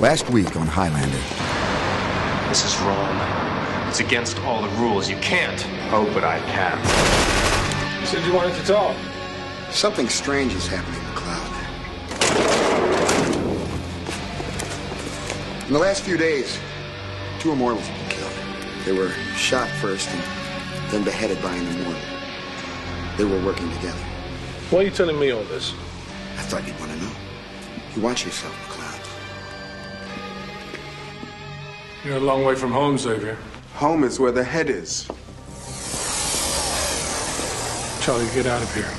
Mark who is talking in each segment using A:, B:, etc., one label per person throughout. A: Last week on Highlander.
B: This is wrong. It's against all the rules. You can't.
C: Oh, but I can.
D: You said you wanted to talk.
A: Something strange is happening, McCloud. In the last few days, two Immortals have been killed. They were shot first and then beheaded by an Immortal. They were working together.
D: Why are you telling me all this?
A: I thought you'd want to know. You watch yourself, McCloud.
D: You're a long way from home, Xavier.
C: Home is where the head is.
D: Charlie, get out of here.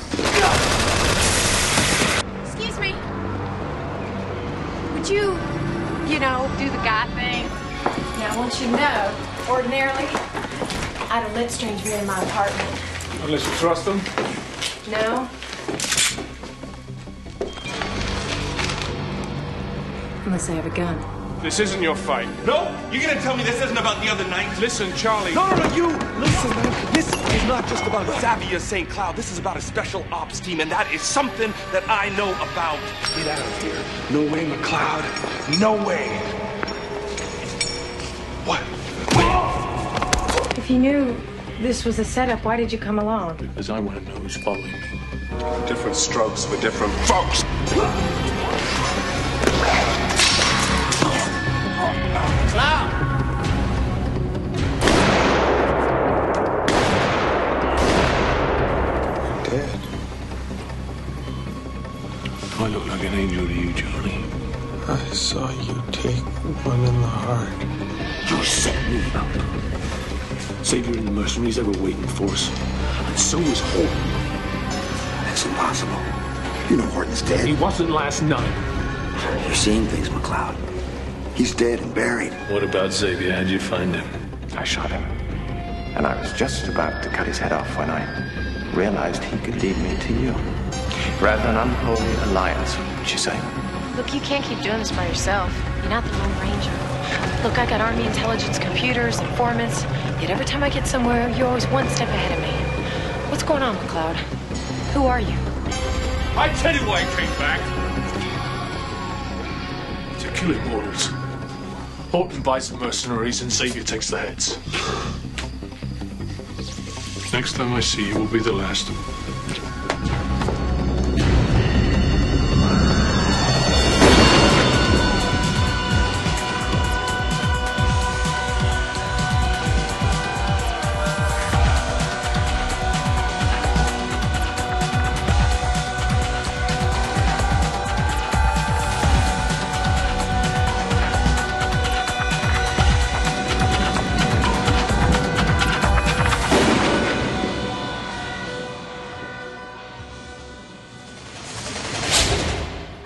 E: Excuse me. Would you, you know, do the guy thing? Now, once you to know, ordinarily, I'd have let strangers in my apartment.
D: Unless you trust them.
E: No? Unless I have a gun.
D: This isn't your fight.
F: No, you're gonna tell me this isn't about the other night.
D: Listen, Charlie.
F: No, no, no, you listen, man. This is not just about Xavier St. Cloud. This is about a special ops team, and that is something that I know about. Get out of here. No way, McCloud. No way. What?
G: If you knew this was a setup, why did you come along?
H: Because I want to know who's following me.
C: Different strokes for different folks.
A: Dead.
H: I look like an angel to you, Charlie.
I: I saw you take one in the heart.
H: You set me up. Savior and the mercenaries, they were waiting for us. And so was Horton.
A: That's impossible. You know Horton's dead.
H: He wasn't last night.
A: You're seeing things, McCloud. He's dead and buried.
H: What about Xavier? How'd you find him?
J: I shot him. And I was just about to cut his head off when I realized he could lead me to you. Rather an unholy alliance, would you say?
E: Look, you can't keep doing this by yourself. You're not the Lone Ranger. Look, I got Army intelligence, computers, informants. Yet every time I get somewhere, you're always one step ahead of me. What's going on, McCloud? Who are you?
F: I tell you why I came back.
D: To kill immortals. Horton buys the mercenaries and Xavier takes the heads. Next time I see you will be the last.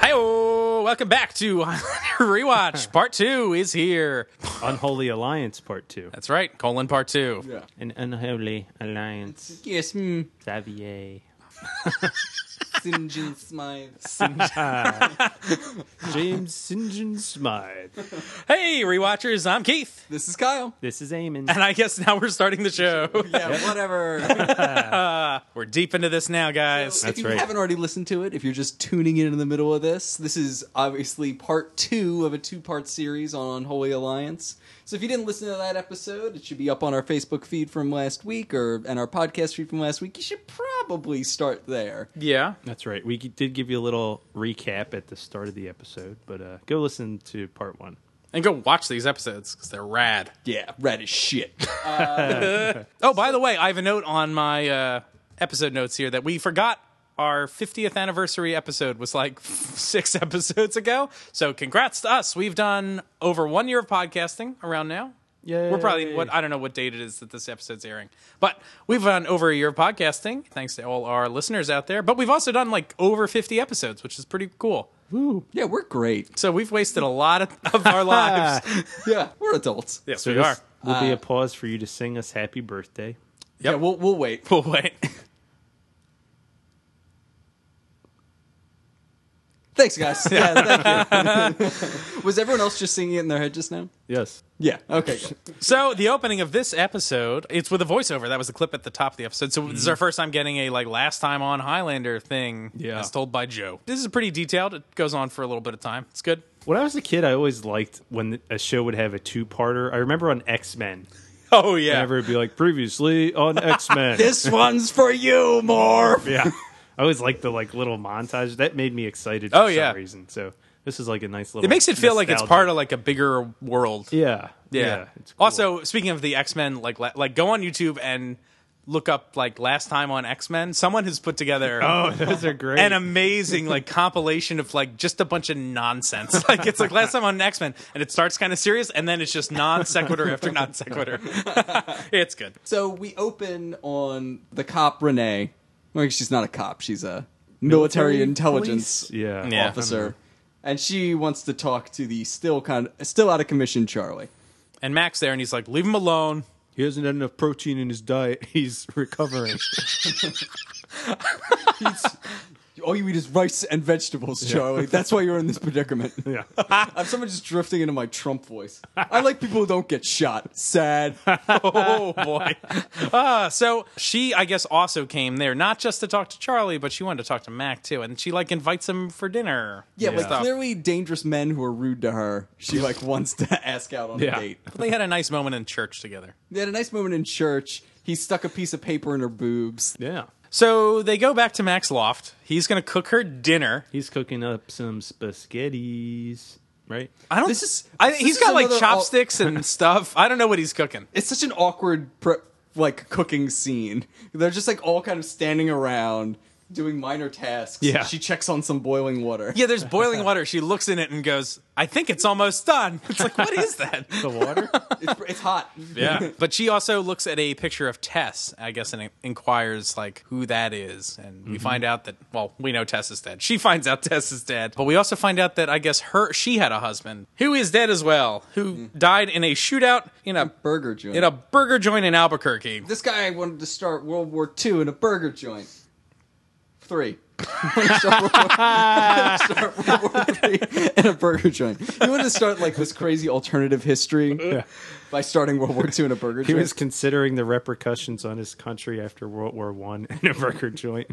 K: Hi, welcome back to Rewatch. Part two is here.
L: Unholy Alliance Part 2.
K: That's right, colon part two.
L: An Unholy Alliance.
K: Yes,
I: hmm.
L: Xavier.
I: Sinjin Smythe.
L: James St. John Smythe.
K: Hey, rewatchers, I'm Keith,
I: This is Kyle.
L: This is Eamon.
K: and I guess now we're starting the show.
I: Yeah, whatever.
K: We're deep into this now, guys.
I: if you
L: right.
I: haven't already listened to it, if you're just tuning in in the middle of this, this is obviously part two of a two part series on Unholy Alliance. So if you didn't listen to that episode, it should be up on our Facebook feed from uh, last week or and our podcast feed from last week. You should probably start there.
K: Yeah.
L: That's right. We did give you a little recap at the start of the episode, but uh, go listen to Part 1.
K: And go watch these episodes because they're rad.
I: Yeah, rad as shit.
K: Oh, by the way, I have a note on my uh, episode notes here that we forgot our 50th anniversary episode was like six episodes ago. So congrats to us. We've done over one year of podcasting around now. We're probably
L: Yay.
K: what I don't know what date it is that this episode's airing, but we've done over a year of podcasting thanks to all our listeners out there. But we've also done like over 50 episodes, which is pretty cool.
I: yeah, we're great.
K: So we've wasted a lot of, of our lives.
I: Yeah, we're adults.
K: yes,
L: So
K: we are.
L: this will
K: Uh,
L: be a pause for you to sing us happy birthday.
I: Yeah, we'll we'll wait.
K: We'll wait.
I: Thanks, guys. Yeah, thank you. Was everyone else just singing it in their head just now?
H: Yes.
I: Yeah. Okay. good.
K: So the opening of this episode, it's with a voiceover. That was the clip at the top of the episode. So this is our first time getting a like last time on Highlander thing.
H: Yeah.
K: as told by Joe. This is pretty detailed. It goes on for a little bit of time. It's good.
H: When I was a kid, I always liked when a show would have a two-parter. I remember on X Men.
K: Oh yeah.
H: Whenever it'd be like previously on X Men.
I: This one's for you, Morph.
H: Yeah. I always liked the like little montage. That made me excited. For
K: Oh,
H: some
K: yeah.
H: Reason. So this is like a nice little.
K: It makes it feel like it's
H: nostalgia.
K: part of like a bigger world.
H: Yeah.
K: Yeah.
H: It's
K: Also, speaking of the X Men, like la- like go on YouTube and look up like last time on X Men. Someone has put together
H: Oh, those are great.
K: an amazing like compilation of like just a bunch of nonsense. Like it's like last time on X Men, and it starts kind of serious, and then it's just non sequitur after non sequitur. it's good.
I: So we open on the cop Renee. Well, she's not a cop. She's a military,
H: Military
I: intelligence
H: police? Yeah. Yeah.
I: officer, and she wants to talk to the still kind of still out of commission Charlie.
K: And Max there, and he's like, "Leave him alone."
H: He hasn't had enough protein in his diet. He's recovering.
I: All you eat is rice and vegetables,
H: Yeah.
I: Charlie. That's why you're in this predicament.
H: Yeah.
I: I'm someone just drifting into my Trump voice. I like people who don't get shot. Sad.
K: oh boy. Uh, so she, I guess, also came there not just to talk to Charlie, but she wanted to talk to Mac too, and she like invites him for dinner.
I: Yeah,
K: and
I: like
K: stuff.
I: clearly dangerous men who are rude to her. She like wants to ask out on a date.
K: they had a nice moment in church together.
I: They had a nice moment in church. He stuck a piece of paper in her boobs.
H: Yeah.
K: So they go back to Mac's loft. He's going to cook her dinner.
H: He's cooking up some spaghettis, right?
K: I don't.
I: This is-
K: I,
I: this
K: he's
I: is
K: got like
I: another all-
K: chopsticks and stuff. I don't know what he's cooking.
I: It's such an awkward pre- like cooking scene. They're just like all kind of standing around doing minor tasks.
H: Yeah.
I: She checks on some boiling water.
K: Yeah, there's boiling water. She looks in it and goes, "I think it's almost done." It's like, what is that?
H: The water?
I: It's, it's hot.
K: yeah, but she also looks at a picture of Tess, I guess, and inquires like who that is, and we find out that well, we know Tess is dead. She finds out Tess is dead, but we also find out that I guess her she had a husband who is dead as well, who died in a shootout in a
I: Burger joint.
K: in a burger joint in Albuquerque.
I: this guy wanted to start World War II in a burger joint. Three. Wanted to start World War- wanted to start World War III in a burger joint. He wanted to start like this crazy alternative history by starting World War II in a burger
H: He
I: joint.
H: was considering the repercussions on his country after World War One in a burger joint.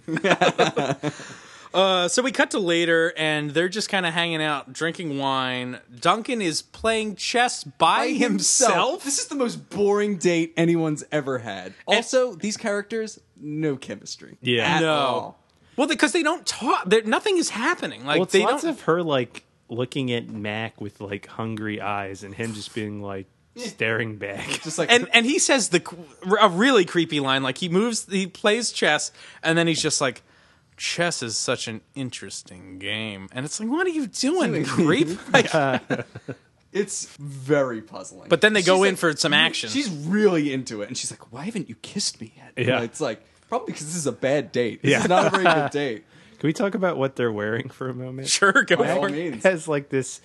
K: Uh, so we cut to later, and they're just kind of hanging out, drinking wine. Duncan is playing chess by, himself.
I: This is the most boring date anyone's ever had. Also, these characters, no chemistry.
H: Yeah.
I: At
K: No.
I: all.
K: Well, because they don't talk. There, nothing is happening. Like
H: well, it's
K: they
H: lots
K: don't.
H: of her like looking at Mac with like hungry eyes, and him just being like staring back.
I: Just like
K: and and he says the a really creepy line. Like he moves, he plays chess, and then he's just like, "Chess is such an interesting game." And it's like, "What are you doing, creep?" Like,
I: it's very puzzling.
K: But then they
I: She's
K: go in
I: like-
K: for some action.
I: She's really into it, and she's like, "Why haven't you kissed me yet?"
H: Yeah.
I: And it's like probably because this is a bad date. This
H: Yeah.
I: is not a very good date.
H: Can we talk about what they're wearing for a moment?
K: sure, go
I: By all
K: for it.
I: means,
H: has like this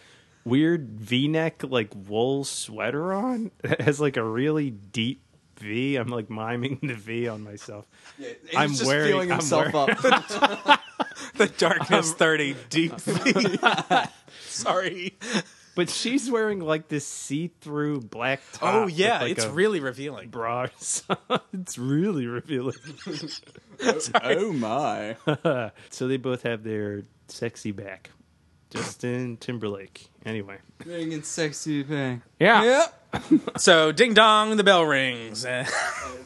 H: weird V-neck like wool sweater on. It has like a really deep V. I'm like miming the V on myself.
I: He's just feeling himself up.
K: The darkness thirty deep. Sorry.
H: but she's wearing like this see-through black top.
K: Oh yeah,
H: with, Ah, like,
K: it's
H: a
K: really revealing.
H: bra. or something. it's really revealing.
I: oh my!
H: so they both have their sexy back. Justin Timberlake. Anyway,
I: Bring in sexy thing.
H: Yeah.
I: Yep.
K: So ding dong, the bell rings. and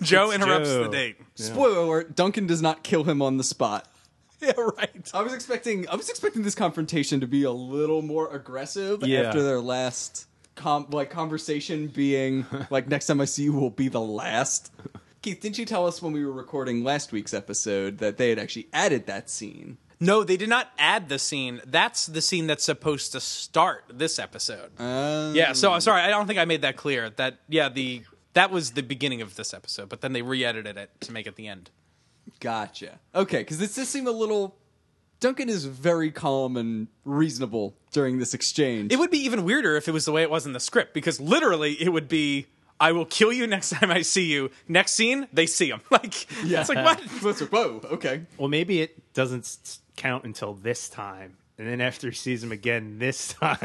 K: Joe interrupts
H: Joe.
K: the date.
I: Spoiler alert: Duncan does not kill him on the spot.
K: Yeah, right.
I: I was expecting I was expecting this confrontation to be a little more aggressive
H: Yeah.
I: after their last com- like conversation being like next time I see you will be the last. Keith, didn't you tell us when we were recording last week's episode that they had actually added that scene?
K: No, they did not add the scene. That's the scene that's supposed to start this episode. yeah, so I'm sorry, I don't think I made that clear. That yeah, the that was the beginning of this episode, but then they re-edited it to make it the end.
I: Gotcha. Okay, because this does seem a little. Duncan is very calm and reasonable during this exchange.
K: It would be even weirder if it was the way it was in the script, because literally it would be I will kill you next time I see you. Next scene, they see him. Like it's like what?
I: Whoa, okay.
H: well maybe it doesn't s- count until this time. And then after he sees him again this time,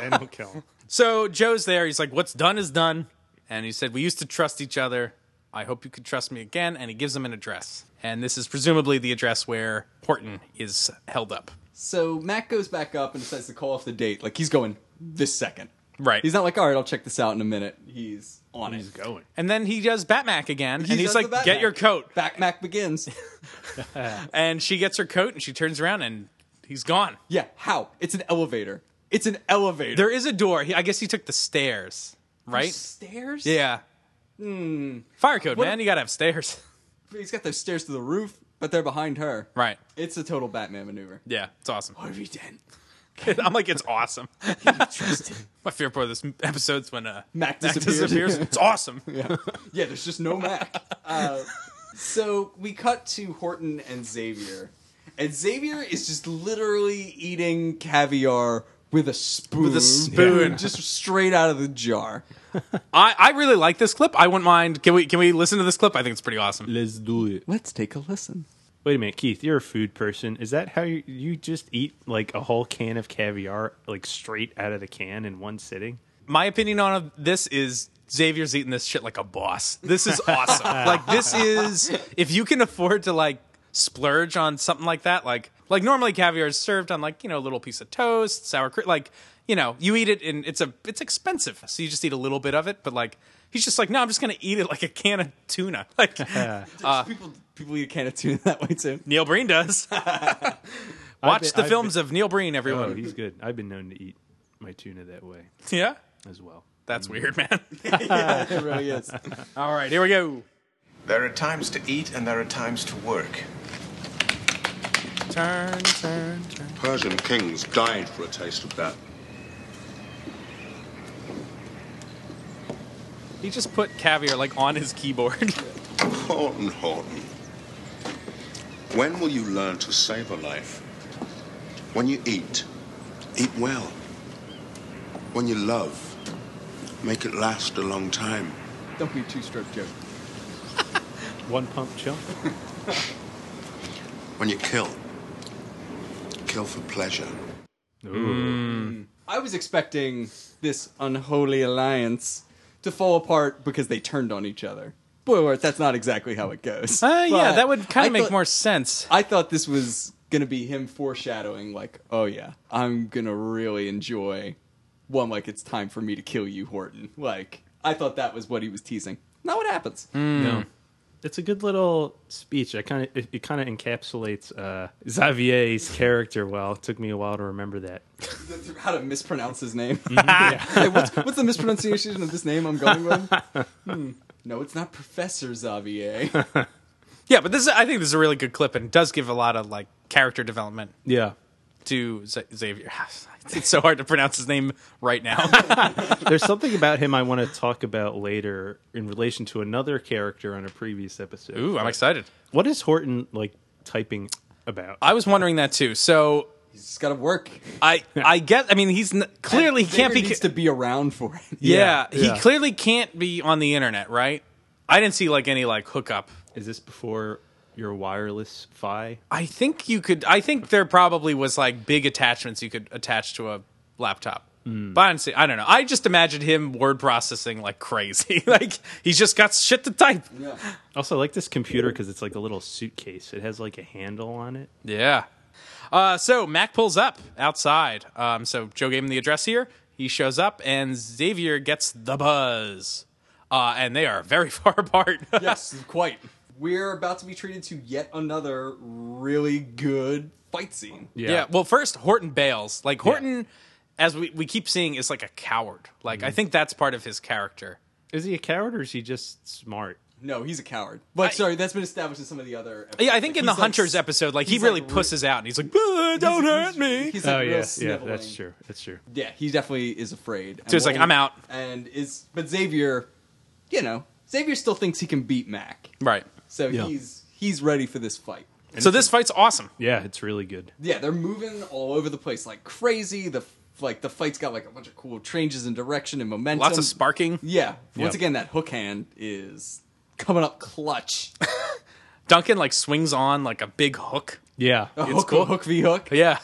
H: then he'll kill him.
K: So Joe's there. He's like, "What's done is done," and he said, "We used to trust each other. I hope you could trust me again." And he gives him an address, and this is presumably the address where Horton is held up.
I: So Mac goes back up and decides to call off the date. Like he's going this second.
K: Right.
I: He's not like, all right, I'll check this out in a minute. He's on it.
K: going. And then he does Batmac again, and he's like, "Get your coat."
I: Batmac begins.
K: and she gets her coat, and she turns around, and he's gone.
I: Yeah. How? It's an elevator. It's an elevator.
K: There is a door. He, I guess he took the stairs, right?
I: Stairs?
K: Yeah.
I: Hmm.
K: Fire code,
I: What-
K: man. You gotta have stairs.
I: He's got those stairs to the roof, but they're behind her.
K: Right.
I: It's a total Batman maneuver.
K: Yeah, it's awesome.
I: What have you done?
K: I'm like, it's awesome. My favorite part of this episode's when uh,
I: Mac disappears.
K: disappears. It's awesome.
I: Yeah. Yeah, there's just no Mac. Uh, so we cut to Horton and Xavier. And Xavier is just literally eating caviar with a spoon.
K: With a spoon.
I: Just straight out of the jar.
K: I, I really like this clip. I wouldn't mind. Can we can we listen to this clip? I think it's pretty awesome.
H: Let's do it.
I: Let's take a listen.
H: Wait a minute, Keith. You're a food person. Is that how you, you just eat like a whole can of caviar like straight out of the can in one sitting?
K: My opinion on this is Xavier's eating this shit like a boss. This is awesome. like this is if you can afford to like splurge on something like that. Like like normally caviar is served on like you know a little piece of toast, sour cream. Like you know you eat it and it's a it's expensive, so you just eat a little bit of it. But like he's just like no, I'm just gonna eat it like a can of tuna. Like uh,
I: people people eat a can of tuna that way too.
K: Neil Breen does.
H: I've
K: Watch
H: been-
K: the
H: I've
K: films
H: been-
K: of Neil Breen, everyone.
H: Oh, he's good. I've been known to eat my tuna that way
K: Oh, yeah,
H: as well.
K: that's weird, man.
I: it really is.
K: All right, here we go.
J: There are times to eat and there are times to work.
K: Turn, turn, turn.
F: Persian kings died for a taste of that.
K: He just put caviar like on his keyboard.
F: Horton, Horton. When will you learn to savor life? When you eat, eat well. When you love, make it last a long time.
I: Don't be a two stroke joke.
H: One pump chump.
F: When you kill, kill for pleasure.
H: Mm.
I: I was expecting this unholy alliance to fall apart because they turned on each other. But that's not exactly how it goes.
K: Uh, yeah,
I: But
K: that would kind
I: I
K: of make
I: thought-
K: more sense.
I: I thought this was gonna be him foreshadowing, like, oh yeah, I'm gonna really enjoy one like it's time for me to kill you, Horton. Like, I thought that was what he was teasing. Not what happens.
K: Mm.
H: No. It's a good little speech. I kind of it, it kind of encapsulates uh, Xavier's character well. It took me a while to remember that.
I: How to mispronounce his name.
K: Mm-hmm.
I: Hey, what's, what's the mispronunciation of this name I'm going with? Hmm. No, it's not Professor Xavier.
K: Yeah, but this is, I think this is a really good clip and does give a lot of like character development
H: Yeah.
K: to Z- Xavier. It's so hard to pronounce his name right now.
H: There's something about him I want to talk about later in relation to another character on a previous episode.
K: Ooh, I'm excited.
H: What is Horton like typing about?
K: I was wondering that too. So
I: He's just gotta work.
K: I I get. I mean, he's n- clearly he can't
I: Xavier
K: be.
I: needs to be around for it.
K: yeah,
H: Yeah,
K: he
H: yeah.
K: clearly can't be on the internet, right? I didn't see like any like hookup.
H: Is this before your wireless Fi?
K: I think you could. I think there probably was like big attachments you could attach to a laptop. But honestly, I don't know. I just imagined him word processing like crazy. like he's just got shit to type.
I: Yeah.
H: Also, I like this computer because it's like a little suitcase. It has like a handle on it.
K: Yeah. Uh, so Mac pulls up outside. Um, so Joe gave him the address here. He shows up, and Xavier gets the buzz. Uh, and they are very far apart.
I: yes, quite. We're about to be treated to yet another really good fight scene.
K: Yeah. Well, first Horton bails. Like Horton, as we, we keep seeing, is like a coward. Like I think that's part of his character.
H: Is he a coward or is he just smart?
I: No, he's a coward. Like, sorry, that's been established in some of the other. Episodes.
K: Yeah, I think in the
I: Like, he's, like,
K: Hunters episode, like he
I: he's,
K: really
I: like, re-
K: pusses out and he's like, "Ah, "Don't hurt me."
I: He's like
H: oh
I: real
H: yeah, yeah,
I: sniveling.
H: that's true. That's true.
I: Yeah, he definitely is afraid.
K: So he's like,
I: won't-
K: "I'm out."
I: And is but Xavier, you know, Xavier still thinks he can beat Mac,
K: Right.
I: so
H: Yeah.
I: he's he's ready for this fight.
K: So this fight's awesome.
H: Yeah, it's really good.
I: Yeah, they're moving all over the place like crazy. The like the fight's got like a bunch of cool changes in direction and momentum.
K: Lots of sparking.
I: Yeah. Once
H: Yeah.
I: again, that hook hand is coming up clutch.
K: Duncan like swings on like a big hook. Yeah,
I: A
K: it's
I: hook,
K: cool.
I: a hook v hook.
K: Yeah,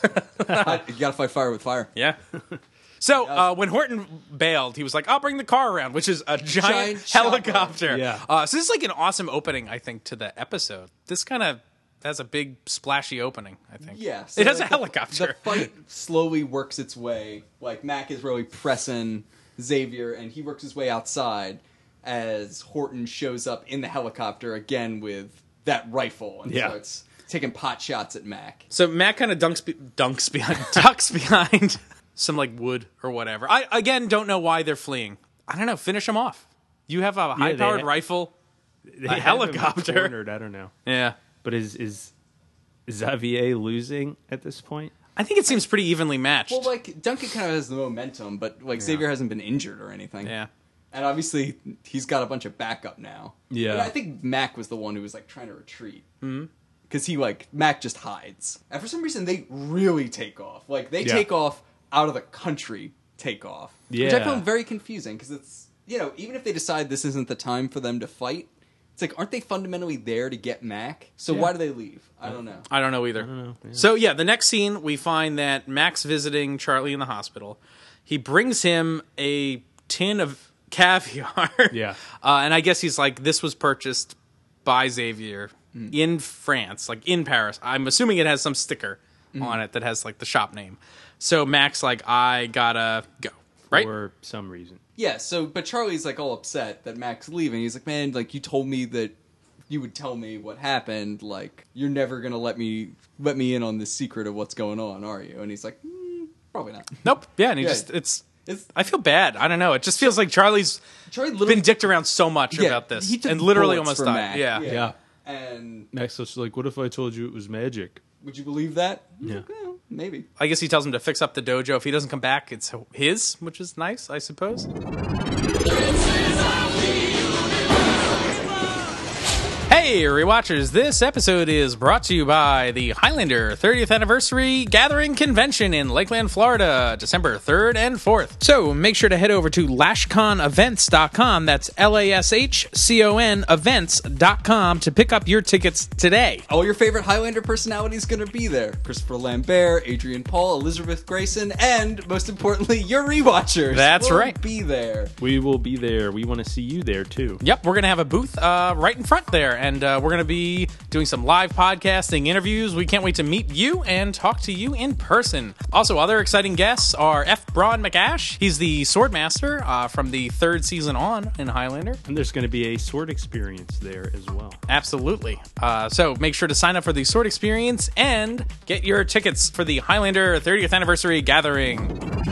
I: you gotta fight fire with fire.
K: Yeah. So uh, when Horton bailed, he was like, "I'll bring the car around," which is a giant,
I: Giant chopper.
K: helicopter.
I: Yeah.
K: Uh, so this is like an awesome opening, I think, to the episode. This kind of has a big splashy opening. I think.
I: Yeah,
K: it has a
I: like
K: helicopter.
I: The fight slowly works its way. Like Mac is really pressing Xavier, and he works his way outside as Horton shows up in the helicopter again with that rifle and
K: Yeah.
I: starts taking pot shots at Mac.
K: So Matt kind of dunks be- dunks behind ducks behind some like wood or whatever. I again don't know why they're fleeing. I don't know. Finish them off. You have a high powered
H: ha-
K: rifle, a
H: have him
K: helicopter.
H: cornered, I don't know.
K: Yeah.
H: But is is Xavier losing at this point?
K: I think it seems pretty evenly matched.
I: Well, like Duncan kind of has the momentum, but like Xavier hasn't been injured or anything.
K: Yeah.
I: And obviously he's got a bunch of backup now.
K: Yeah.
I: But I think Mac was the one who was like trying to retreat.
K: Mhm.
I: Cuz he like Mac just hides. And for some reason they really take off. Like they
K: Yeah.
I: take off out of the country take off. Which I
K: Yeah.
I: found very confusing cuz it's you know, even if they decide this isn't the time for them to fight, it's like aren't they fundamentally there to get Mac? So
K: Yeah.
I: why do they leave? I don't know.
K: I don't know either. So yeah, the next scene we find that Max visiting Charlie in the hospital. He brings him a tin of caviar.
H: Yeah.
K: Uh, and I guess he's like, this was purchased by Xavier
I: Mm.
K: in France, like in Paris. I'm assuming it has some sticker
H: Mm.
K: on it that has like the shop name. So Max, like, I gotta go. Right?
H: For some reason.
I: Yeah, so but Charlie's like all upset that Mac's leaving. He's like, "Man, like you told me that you would tell me what happened. Like you're never going to let me let me in on the secret of what's going on, are you?" And he's like, mm, "Probably not."
K: Nope. Yeah, and he
I: Yeah.
K: just it's,
I: It's-
K: I feel bad. I don't know. It just feels like Charlie's
I: Charlie
K: been dicked around so much
I: Yeah,
K: about this
I: he took
K: and literally
I: bullets
K: almost
I: for
K: died.
I: Mac.
K: Yeah.
I: Yeah. Yeah. And
M: Max was like, "What if I told you it was magic?"
I: would you believe that? He's
M: Yeah.
I: like, "Well, maybe.
K: I guess he tells him to fix up the dojo. If he doesn't come back, it's his, which is nice, I suppose. Hey, rewatchers, this episode is brought to you by the Highlander 30th Anniversary Gathering Convention in Lakeland, Florida, December 3rd and 4th. So make sure to head over to lashconevents.com, that's L A S H C O N events.com, to pick up your tickets today.
I: All your favorite Highlander personalities going to be there. Christopher Lambert, Adrian Paul, Elizabeth Grayson, and most importantly, your rewatchers.
K: That's
I: will
K: right.
I: Be there.
H: We will be there. We want to see you there too.
K: Yep, we're going to have a booth uh, right in front there, and uh, we're going to be doing some live podcasting interviews. We can't wait to meet you and talk to you in person. Also, other exciting guests are F. Braun McAsh. He's the Swordmaster uh, from the third season on in Highlander.
H: And there's going to be a sword experience there as well.
K: Absolutely. Uh, so make sure to sign up for the Sword Experience and get your tickets for the Highlander 30th Anniversary Gathering.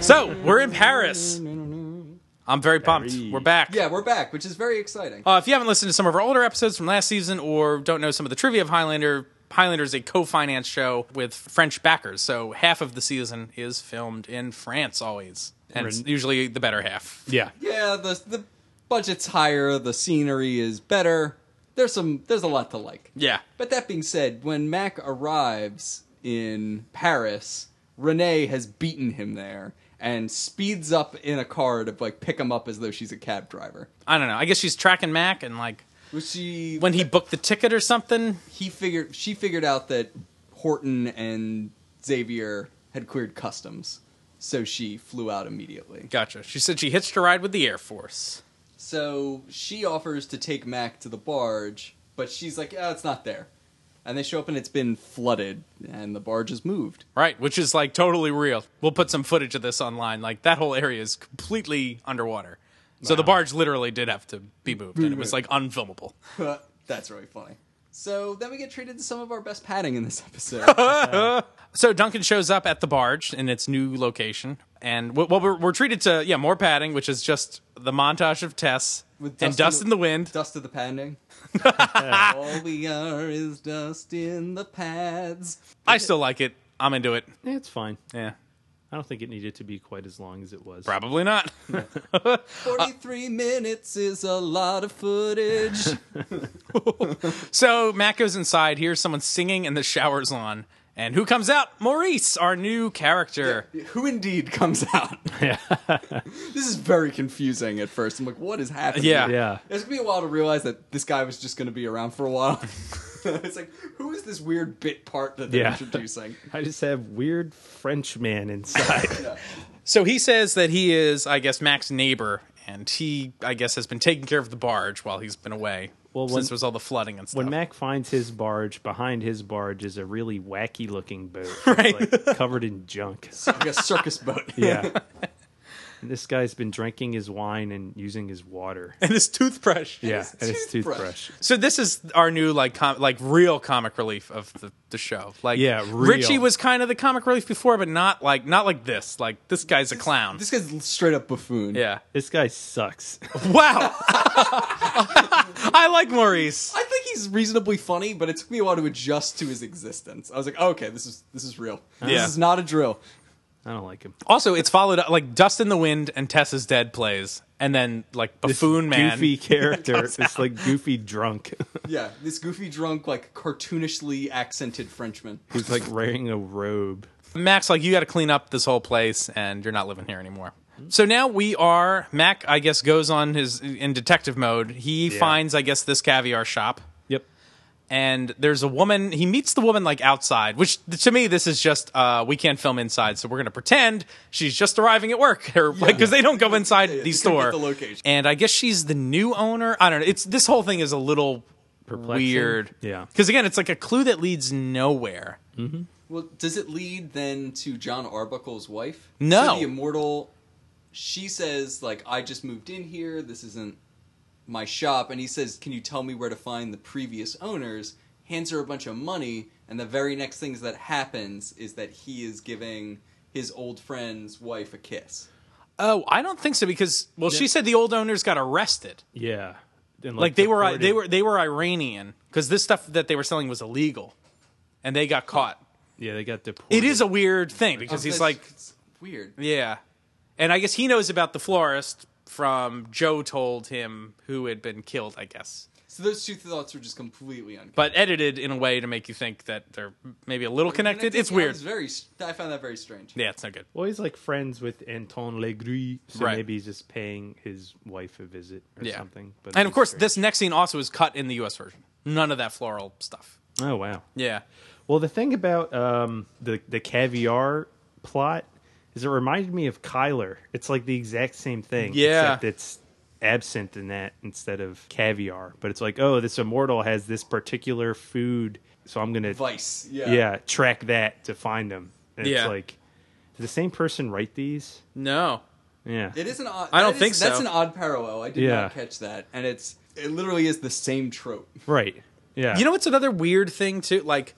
K: So we're in Paris. I'm very pumped. We're back.
I: Yeah, we're back, which is very exciting.
K: Uh, if you haven't listened to some of our older episodes from last season or don't know some of the trivia of Highlander, Highlander is a co financed show with French backers. So half of the season is filmed in France always. And it's
I: Ren-
K: usually the better half.
H: Yeah.
I: Yeah, the the budget's higher, the scenery is better. There's some there's a lot to like.
K: Yeah.
I: But that being said, when Mac arrives in Paris, Renee has beaten him there and speeds up in a car to like pick him up as though she's a cab driver.
K: I don't know. I guess she's tracking Mac and like
I: was she
K: when he booked the ticket or something?
I: He figured she figured out that Horton and Xavier had cleared customs, so she flew out immediately.
K: Gotcha. She said she hitched a ride with the Air Force.
I: So she offers to take Mac to the barge, but she's like, "Oh, it's not there." And they show up and it's been flooded, and the barge has moved.
K: Right, which is like totally real. We'll put some footage of this online. Like that whole area is completely underwater. So the barge literally did have to be moved and it was like unfilmable.
I: That's really funny. So then we get treated to some of our best padding in this episode.
K: so Duncan shows up at the barge in its new location, and well, well, we're, we're treated to yeah more padding, which is just the montage of Tess
I: With
K: and dust in the wind.
I: Dust of the padding. All we are is dust in the pads.
K: I still like it. I'm into it.
H: Yeah, it's fine.
K: Yeah,
H: I don't think it needed to be quite as long as it was.
K: probably not. Uh,
I: 43 minutes is a lot of footage.
K: so Matt goes inside, hears someone singing, and the shower's on. And who comes out? Maurice, our new character.
I: Who indeed comes out?
K: Yeah.
I: this is very confusing at first. I'm like, what is happening?
K: Yeah. Yeah.
I: It's gonna be a while to realize that this guy was just gonna be around for a while. it's like, who is this weird bit part that they're
H: Yeah.
I: introducing?
H: I just have weird French man inside.
K: So he says that he is, I guess, Mac's neighbor, and he, I guess, has been taking care of the barge while he's been away.
H: Well, when-
K: since there was all the flooding and stuff.
H: When Mac finds his barge, behind his barge is a really wacky looking boat, right? Like covered in junk,
I: like a circus boat.
H: yeah. And this guy's been drinking his wine and using his water.
K: and his toothbrush.
H: Yeah, And his and his toothbrush. toothbrush.
K: So this is our new like com- like real comic relief of the, the show. Like
H: Yeah, real.
K: Richie was kind of the comic relief before, but not like not like this. Like this guy's a clown.
I: This guy's straight up buffoon.
K: Yeah.
H: This guy sucks.
K: Wow. I like Maurice.
I: I think he's reasonably funny, but it took me a while to adjust to his existence. I was like, okay, this is this is real.
K: Yeah.
I: This is not a drill.
H: I don't like him.
K: Also, it's followed up like Dust in the Wind and Tessa's Dead plays, and then like buffoon man,
H: goofy character.
K: comes
H: It's
K: out.
H: like goofy drunk
I: Yeah, this goofy drunk, like cartoonishly accented Frenchman.
H: who's like wearing a robe.
K: Max, like you got to clean up this whole place, and you're not living here anymore. So now we are Mac. I guess goes on his in detective mode. He
H: Yeah.
K: finds, I guess, this caviar shop.
H: Yep.
K: And there's a woman. He meets the woman like outside, which to me this is just uh, we can't film inside, so we're gonna pretend she's just arriving at work, or like because they don't go inside the store.
I: get the location.
K: And I guess she's the new owner. I don't know. It's this whole thing is a little
H: Perplexing.
K: weird.
H: Yeah.
K: Because again, it's like a clue that leads nowhere.
H: Mm-hmm.
I: Well, does it lead then to John Arbuckle's wife?
K: No.
I: So the immortal. She says, like, I just moved in here. This isn't my shop. And he says, Can you tell me where to find the previous owners? Hands her a bunch of money. And the very next things that happens is that he is giving his old friend's wife a kiss.
K: Oh, I don't think so because well, she said the old owners got arrested.
H: Yeah. And,
K: Like, they were uh,
H: deported.
K: they were they were Iranian because this stuff that they were selling was illegal, and they got caught.
H: Yeah, they got deported.
K: It is a weird thing because he's like,
I: It's weird.
K: yeah, and I guess he knows about the florist from Joe told him who had been killed. I guess,
I: So those two thoughts are just completely unconnected.
K: but edited in a way to make you think that they're maybe a little connected.
I: Connected?
K: It's
I: Yeah,
K: weird.
I: It's very, I found that very strange.
K: Yeah, it's not good.
H: Well, he's like friends with Anton Legris, so
K: Right.
H: maybe he's just paying his wife a visit or
K: Yeah,
H: something. But
K: and of course, this next scene also is cut in the U.S. version. None of that floral stuff.
H: oh wow.
K: Yeah.
H: Well, the thing about um, the the caviar plot is it reminded me of Kyler. It's like the exact same thing.
K: Yeah.
H: except it's absent in that instead of caviar. But it's like, oh, this immortal has this particular food, so I'm gonna
I: Vice, yeah.
H: track that to find him. And
K: Yeah.
H: it's like, did the same person write these?
K: No.
H: Yeah,
I: It is an odd.
K: I don't
I: that is-
K: think so.
I: That's an odd parallel. I did
H: Yeah.
I: not catch that, and it's it literally is the same trope.
H: right. Yeah,
K: You know what's another weird thing too? Like,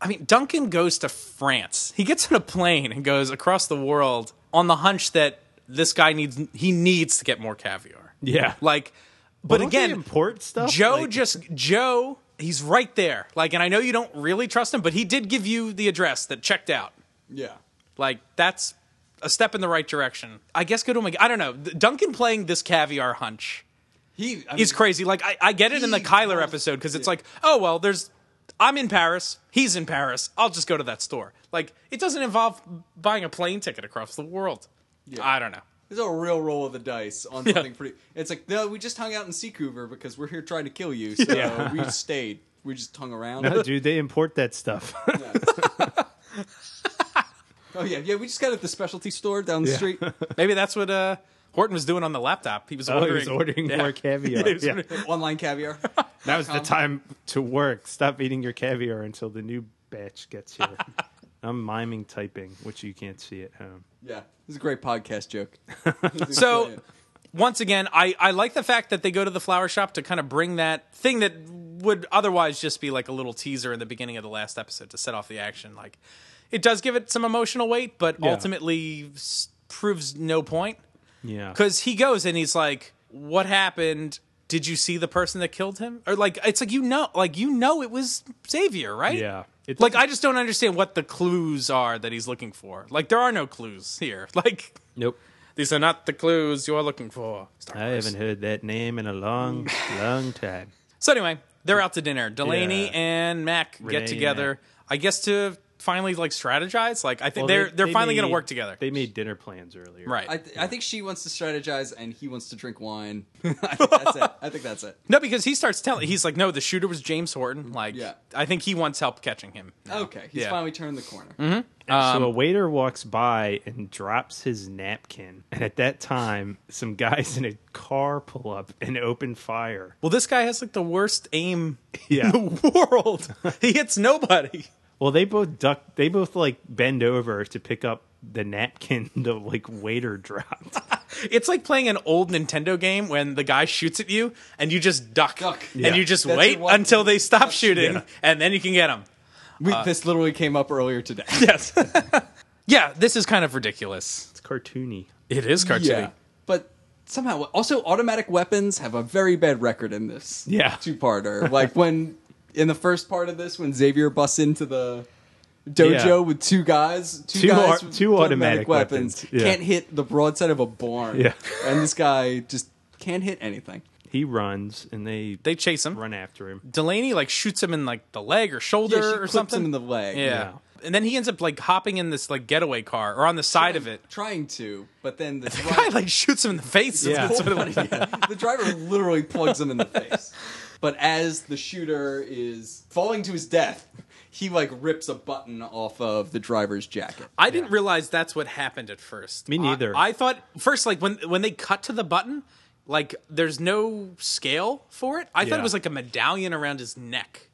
K: I mean, Duncan goes to France. He gets on a plane and goes across the world on the hunch that this guy needs he needs to get more caviar.
H: Yeah.
K: Like,
H: Well,
K: but
H: don't they
K: again,
H: import stuff.
K: Joe
H: Like-
K: just Joe. He's right there. Like, and I know you don't really trust him, but he did give you the address that checked out.
I: Yeah.
K: Like, that's a step in the right direction. I guess go to him. ag- I don't know. Duncan playing this caviar hunch
I: He I
K: is
I: mean,
K: crazy. Like I, I get it in the Kyler episode because it's like, oh well, there's I'm in Paris, he's in Paris, I'll just go to that store. Like it doesn't involve buying a plane ticket across the world. I don't know.
I: It's a real roll of the dice on
K: Yeah.
I: something pretty. It's like no, we just hung out in Seacouver because we're here trying to kill you, so
H: Yeah.
I: we stayed. We just hung around.
H: No, dude, they import that stuff.
I: Oh yeah, yeah. We just got at the specialty store down the
H: Yeah.
I: street.
K: Maybe that's what uh, Horton was doing on the laptop. He was
H: Oh,
K: ordering,
H: he was ordering more caviar.
K: he was
H: Yeah.
K: ordering-
I: Online caviar.
H: That was the time to work. Stop eating your caviar until the new batch gets here. I'm miming typing, which you can't see at home.
I: Yeah, this is a great podcast joke.
K: So once again, I, I like the fact that they go to the flower shop to kind of bring that thing that would otherwise just be like a little teaser in the beginning of the last episode to set off the action. Like it does give it some emotional weight, but
H: Yeah.
K: ultimately s- proves no point
H: Yeah.
K: because he goes and he's like, "What happened? Did you see the person that killed him?" Or like, it's like you know, like you know, it was Xavier, right?
H: Yeah. It
K: like
H: doesn't-
K: I just don't understand what the clues are that he's looking for. Like there are no clues here. Like
H: Nope.
K: these are not the clues you're looking for. Star
H: I
K: Wars.
H: haven't heard that name in a long, long time.
K: So anyway, they're out to dinner. Delaney
H: Yeah.
K: and Mac
H: Renee
K: get
H: and
K: together,
H: Mac.
K: I guess, to finally like strategize? Like I
H: Well,
K: think
H: they-
K: they're they, are
H: they
K: they are finally going to
H: made-
K: work together.
H: They made dinner plans earlier.
K: Right.
I: I, th- I think she wants to strategize and he wants to drink wine. I think that's it. I think that's it.
K: No, because he starts telling. He's like, no, the shooter was James Horton. Like,
I: Yeah.
K: I think he wants help catching him.
I: Okay, he's
K: Yeah.
I: finally turned the corner.
K: Mm-hmm.
H: so a waiter walks by and drops his napkin, and at that time, some guys in a car pull up and open fire.
K: Well, this guy has like the worst aim
H: yeah.
K: in the world. he hits nobody.
H: Well, they both duck. They both like bend over to pick up the napkin the like waiter dropped.
K: It's like playing an old Nintendo game when the guy shoots at you and you just duck,
I: Yeah.
K: and you just
I: That's
K: wait
I: what-
K: until they stop shooting,
I: Yeah.
K: and then you can get him.
I: We,
K: Uh,
I: this literally came up earlier today.
K: Yes. yeah, this is kind of ridiculous. It's
H: cartoony.
K: It is cartoony.
I: Yeah, but somehow, also automatic weapons have a very bad record in this.
K: Yeah.
I: two-parter. like when in the first part of this, when Xavier busts into the dojo
H: Yeah.
I: with two guys, two,
H: Two
I: guys,
H: au-
I: with
H: two automatic weapons. Yeah.
I: can't hit the broadside of a barn.
H: Yeah.
I: and this guy just can't hit anything.
H: He runs and they
K: they chase him,
H: run after him.
K: Delaney like shoots him in like the leg or shoulder
I: Yeah, she
K: or
I: clips
K: something.
I: him in the leg.
K: Yeah.
I: Yeah.
K: And then he ends up like hopping in this like getaway car or on the side of it.
I: Trying to, but then the,
K: The guy like shoots him in the face.
I: Yeah.
K: That's what it-
I: the driver literally plugs him in the face. But as the shooter is falling to his death, he like rips a button off of the driver's jacket.
K: I didn't realize that's what happened at first.
I: Me
K: I-
I: neither.
K: I, thought first like when when they cut to the button, like there's no scale for it. I thought
H: Yeah.
K: it was like a medallion around his neck.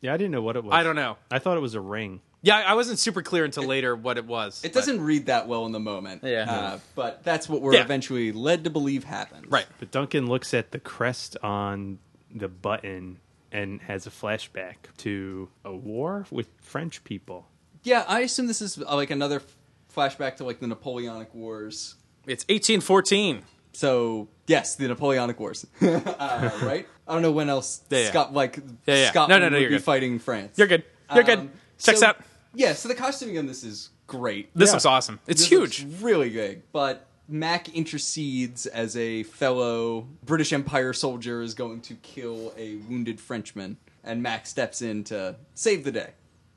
H: Yeah, I didn't know what it was.
K: I don't know.
H: I thought it was a ring.
K: Yeah, I wasn't super clear until later what it was.
I: It doesn't read that well in the moment.
K: Yeah.
I: Uh, but that's what we're
K: Yeah.
I: eventually led to believe happened.
K: Right.
H: But Duncan looks at the crest on the button and has a flashback to a war with French people.
I: Yeah, I assume this is uh, like another f- flashback to like the Napoleonic Wars.
K: It's 1814.
I: So, yes, the Napoleonic Wars. uh, right? I don't know when else
K: Yeah, yeah.
I: Scot- like
K: Yeah, yeah.
I: Scotland
K: No, no, no,
I: would
K: you're
I: be
K: good.
I: fighting France.
K: You're good. You're good.
I: Um,
K: Checks
I: so-
K: out.
I: Yeah, so the costuming on this is great.
K: This Yeah. looks awesome. It's
I: huge. really big. But Mac intercedes as a fellow British Empire soldier is going to kill a wounded Frenchman, and Mac steps in to save the day.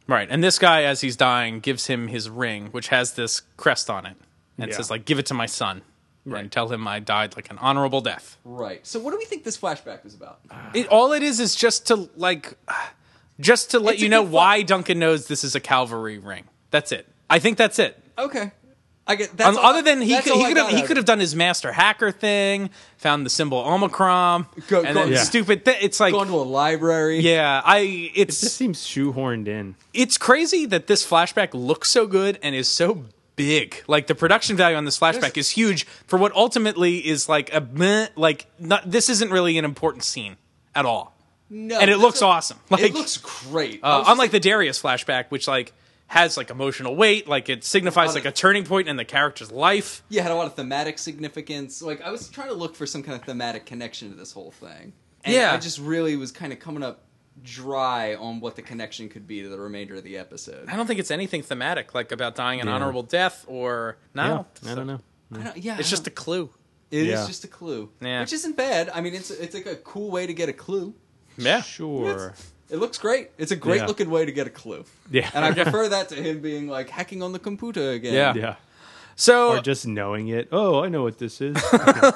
K: Right. And this guy, as he's dying, gives him his ring, which has this crest on it. And it
I: Yeah.
K: says, like, give it to my son. And tell him I died like an honorable death.
I: Right. So what do we think this flashback is about?
K: It, all it is is just to, like, just to let
I: It's a
K: you know
I: good
K: why Duncan knows this is a cavalry ring. That's it. I think that's it.
I: Okay. I get that's
K: Um,
I: all-
K: other than he
I: that's
K: could,
I: all
K: he
I: I
K: could
I: got
K: have
I: out
K: he
I: of
K: could
I: it.
K: have done his master hacker thing, found the symbol Omicron,
I: Go-
K: and
I: go-
K: then
I: Yeah.
K: stupid. Th- it's like
I: gone to a library.
K: Yeah, I it's
H: This seems shoehorned in.
K: it's crazy that this flashback looks so good and is so big. Like the production value on this flashback is huge for what ultimately is like a meh, like not, this isn't really an important scene at all.
I: No,
K: and it
I: that's
K: looks
I: a-
K: awesome. Like
I: it looks great. I
H: Oh,
K: uh,
I: was just-
K: unlike the Darius flashback, which like has like emotional weight, like it signifies like a turning point in the character's life.
I: yeah, it had a lot of thematic significance. Like I was trying to look for some kind of thematic connection to this whole thing. And
K: Yeah.
I: I just really was kind of coming up dry on what the connection could be to the remainder of the episode.
K: I don't think it's anything thematic, like about dying an
I: Yeah.
K: honorable death or no.
H: I don't know.
I: I don't- yeah,
K: it's
I: I
K: just a
I: don't-
K: clue.
I: It is
K: Yeah.
I: just a clue,
K: Yeah.
I: which isn't bad. I mean, it's it's like a cool way to get a clue.
K: Yeah,
H: sure.
I: It looks great. It's a great
K: Yeah.
I: looking way to get a clue.
H: Yeah.
I: and I prefer that to him being like hacking on the computer again.
H: Yeah.
K: So
H: or just knowing it. Oh, I know what this is.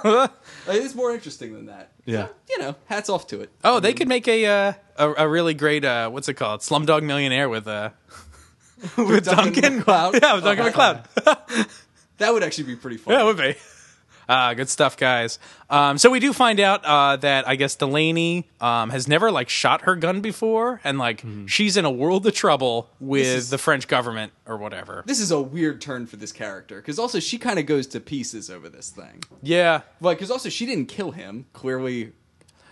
I: Like, it's more interesting than that.
H: yeah.
I: You know, hats off to it.
K: Oh, they could make a uh, a, a really great uh, what's it called? Slumdog Millionaire with uh, with, Duncan
I: MacLeod?
K: Yeah, with
I: Oh,
K: Duncan
I: that's
K: McLeod.
I: That would actually be pretty funny.
K: Yeah, it would be. Uh, good stuff, guys. Um, so we do find out uh, that I guess Delaney um, has never like shot her gun before, and like she's in a world of trouble with
I: This is-
K: the French government or whatever.
I: This is a weird turn for this character because also she kind of goes to pieces over this thing.
K: yeah,
I: Like, because also she didn't kill him. Clearly,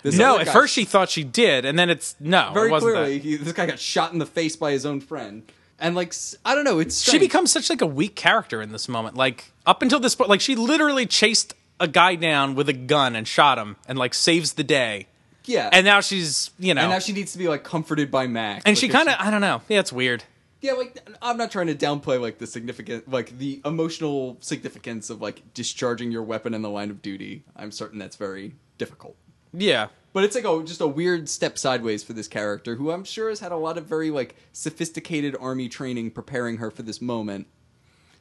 I: this
K: no.
I: other
K: At
I: guy-
K: first she thought she did, and then it's no. it
I: very
K: wasn't
I: clearly,
K: that.
I: he, this guy got shot in the face by his own friend. And like, s- I don't know. It's
K: she becomes such like a weak character in this moment. Like up until this point, like she literally chased a guy down with a gun and shot him, and like saves the day.
I: yeah.
K: And now she's you know,
I: and
K: and,
I: now she needs to be like comforted by Mac.
K: she
I: because
K: kind of I don't know. Yeah, it's weird.
I: Yeah, like I'm not trying to downplay like the significant, like the emotional significance of like discharging your weapon in the line of duty. I'm certain that's very difficult.
K: Yeah,
I: But it's like a just a weird step sideways for this character, who I'm sure has had a lot of very like sophisticated army training preparing her for this moment.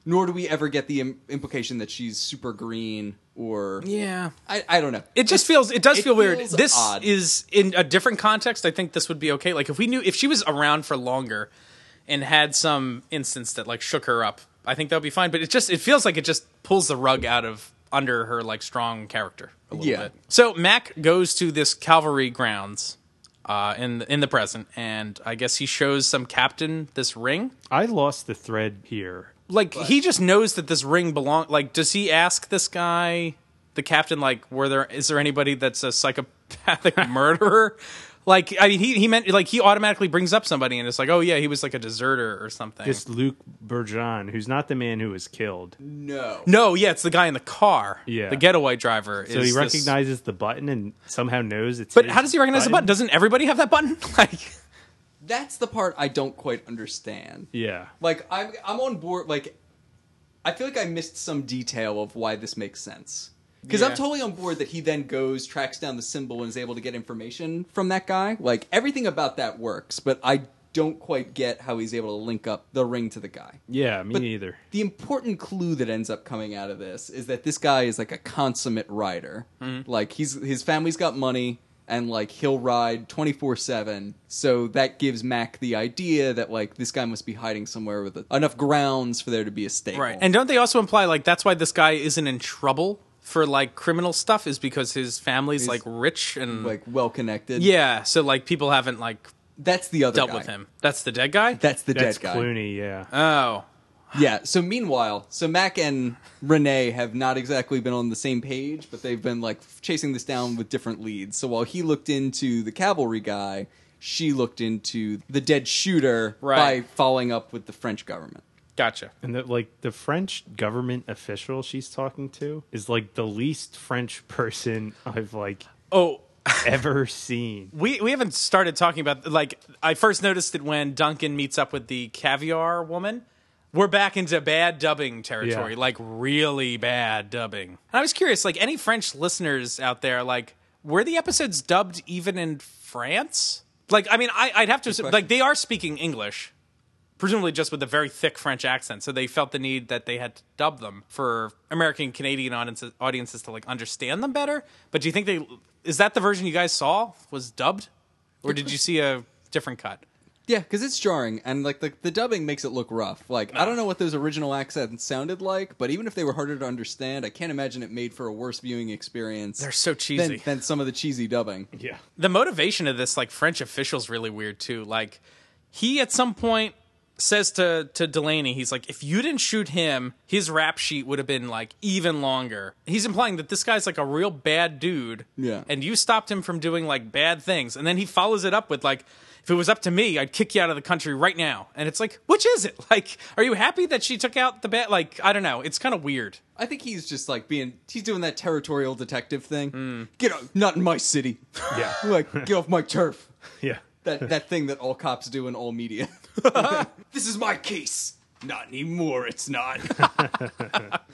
I: Nor do we ever get the Im- implication that she's super green or
K: Yeah.
I: I, I don't know.
K: It just feels it does
I: it
K: feel weird.
I: feels
K: This
I: odd.
K: is in a different context. I think this would be okay. Like if we knew if she was around for longer and had some instance that like shook her up, I think that would be fine. But it just it feels like it just pulls the rug out of under her like strong character a little
I: Yeah.
K: bit. So Mac goes to this cavalry grounds uh, in the, in the present, and I guess he shows some captain this ring.
H: I lost the thread here.
K: Like he just knows that this ring belong. Like, does he ask this guy, the captain, like, were there is there anybody that's a psychopathic murderer? Like, I mean, he he meant like he automatically brings up somebody, and it's like, oh yeah, he was like a deserter or something.
H: This Luke Burjan, who's not the man who was killed.
I: No.
K: no, yeah, it's the guy in the car.
H: Yeah.
K: the getaway driver.
H: So
K: is
H: he
K: this-
H: recognizes the button and somehow knows it's.
K: But
H: his
K: how does he recognize the button? Doesn't everybody have that button? like,
I: That's the part I don't quite understand.
H: Yeah.
I: Like I'm I'm on board like I feel like I missed some detail of why this makes sense. Because I'm
K: Yeah.
I: totally on board that he then goes, tracks down the symbol, and is able to get information from that guy. Like everything about that works, but I don't quite get how he's able to link up the ring to the guy.
H: Yeah, me
I: But-
H: neither.
I: The important clue that ends up coming out of this is that this guy is like a consummate rider.
K: Mhm.
I: Like he's his family's got money and like he'll ride 24/7. So that gives Mac the idea that like this guy must be hiding somewhere with enough grounds for there to be a staple.
K: right? And don't they also imply like that's why this guy isn't in trouble for like criminal stuff is because his family's
I: He's-
K: like rich and
I: Like well connected.
K: Yeah, so like people haven't like
I: That's the other
K: dealt
I: guy.
K: with him. That's the dead guy.
I: That's the That's dead guy.
H: Clooney, yeah.
K: Oh,
I: Yeah. So meanwhile, so Mac and Renee have not exactly been on the same page, but they've been like chasing this down with different leads. So while he looked into the cavalry guy, she looked into the dead shooter
K: Right.
I: by following up with the French government.
K: gotcha.
H: And the, like the French government official she's talking to is like the least French person I've like
K: Oh,
H: ever seen.
K: we we haven't started talking about like I first noticed it when Duncan meets up with the caviar woman. We're back into bad dubbing territory,
H: Yeah.
K: like really bad dubbing. And I was curious, like any French listeners out there, like were the episodes dubbed even in France? Like, I mean, I, I'd have to assume, like they are speaking English, presumably just with a very thick French accent. So they felt the need that they had to dub them for American and Canadian audiences, audiences to like understand them better. But do you think they is that the version you guys saw was dubbed, or did you see a different cut?
I: Yeah, because it's jarring, and like the, the dubbing makes it look rough. Like I don't know what those original accents sounded like, but even if they were harder to understand, I can't imagine it made for a worse viewing experience.
K: They're so
I: than-
K: cheesy.
I: than some of the cheesy dubbing.
H: Yeah.
K: the motivation of this like french official's really weird too like he at some point says to to delaney he's like if you didn't shoot him his rap sheet would have been like even longer he's implying that this guy's like a real bad dude
I: Yeah.
K: and you stopped him from doing like bad things and then he follows it up with like if it was up to me i'd kick you out of the country right now and it's like which is it like are you happy that she took out the bad like i don't know it's kind of weird
I: I think he's just like being he's doing that territorial detective thing. Get off not in my city.
H: Yeah.
I: like get off my turf.
H: Yeah.
I: That that thing that all cops do in all media. this is my case. Not anymore, it's not.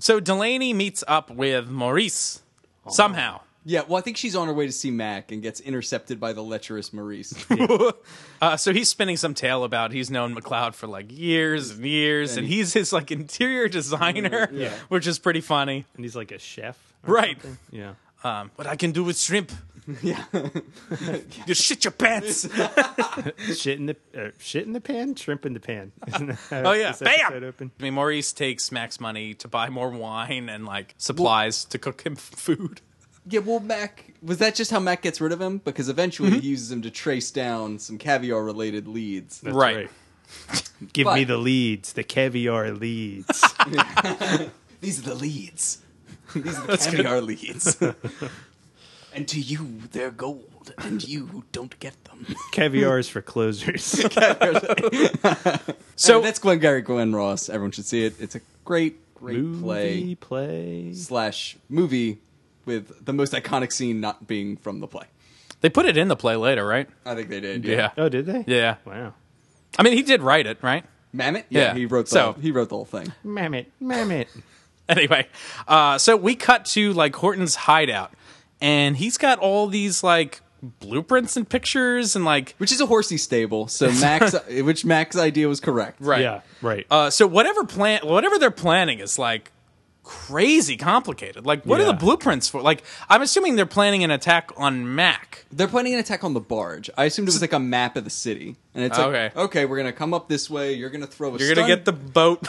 K: so delaney meets up with maurice somehow
I: yeah, well I think she's on her way to see Mac and gets intercepted by the lecherous Maurice.
K: Uh, so he's spinning some tale about he's known McLeod for like years and years, and he's his like interior designer,
H: Yeah.
K: which is pretty funny,
H: And he's like a chef. or
K: right?
H: something. Yeah.
K: Um, what I can do with shrimp? Yeah, you shit your pants.
H: shit in the uh, shit in the pan, shrimp in the pan. Isn't that how
K: Oh yeah,
H: this episode
K: bam!
H: opened?
K: I mean, Maurice takes Mac's money to buy more wine and like supplies to cook him food.
I: yeah, well Mac was that just how Mac gets rid of him? Because eventually he uses him to trace down some caviar related leads.
H: That's
K: right.
H: Give me
I: But-
H: the leads, the caviar leads.
I: These are the leads. These are the caviar leads. and to you, they're gold, and you don't get them.
H: caviar is for closers.
I: So that's Glengarry Glen Ross. Everyone should see it. It's a great, great
H: Movie
I: play
H: play.
I: slash movie with the most iconic scene not being from the play.
K: They put it in the play later, right?
I: I think they did.
K: Yeah,
H: Oh, did they?
K: yeah.
H: Wow.
K: I mean, he did write it, right?
I: Mamet.
K: Yeah.
I: he wrote the
K: So-
I: he wrote the whole thing.
H: Mammoth, mammoth.
K: anyway, uh, so we cut to like Horton's hideout, and he's got all these like blueprints and pictures and like
I: which is a horsey stable. So Max, which Mac's idea was correct,
K: Right. Yeah, right. Uh, so whatever plan, whatever they're planning is like crazy complicated. Like, what are the blueprints for? Like, I'm assuming they're planning an attack on Mac.
I: They're planning an attack on the barge. I assumed it was like a map of the city, and it's like,
K: Okay.
I: okay, we're gonna come up this way. You're gonna throw. A
K: You're gonna get the boat.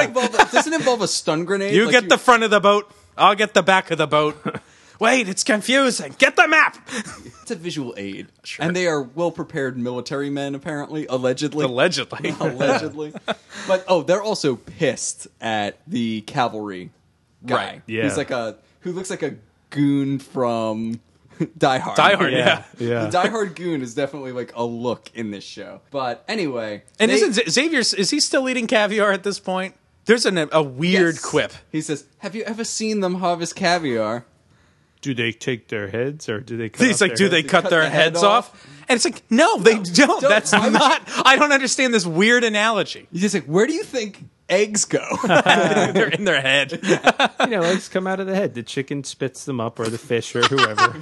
I: involve a, doesn't involve a stun grenade.
K: You
I: Like,
K: get the front of the boat. I'll get the back of the boat. Wait, it's confusing. Get the map.
I: it's a visual aid, and they are well prepared military men. Apparently, allegedly,
K: allegedly,
I: allegedly. but oh, they're also pissed at the cavalry guy.
K: Right, yeah.
I: He's like a who looks like a goon from Die Hard.
K: Die Hard, Yeah, yeah. yeah.
I: The Die Hard goon is definitely like a look in this show. But anyway,
K: And
I: they-
K: isn't Z- Xavier? Is he still eating caviar at this point? There's an, a weird quip.
I: He says, "Have you ever seen them harvest caviar?"
H: Do they take their heads or do they? Cut
K: He's
H: off
K: like,
H: their
K: do they
H: heads?"
K: cut, their heads off? And it's like, no, they don't. That's not. I don't understand this weird analogy.
I: He's just like, where do you think eggs go?
K: They're in their head.
H: you know, eggs come out of the head. The chicken spits them up, or the fish, or whoever.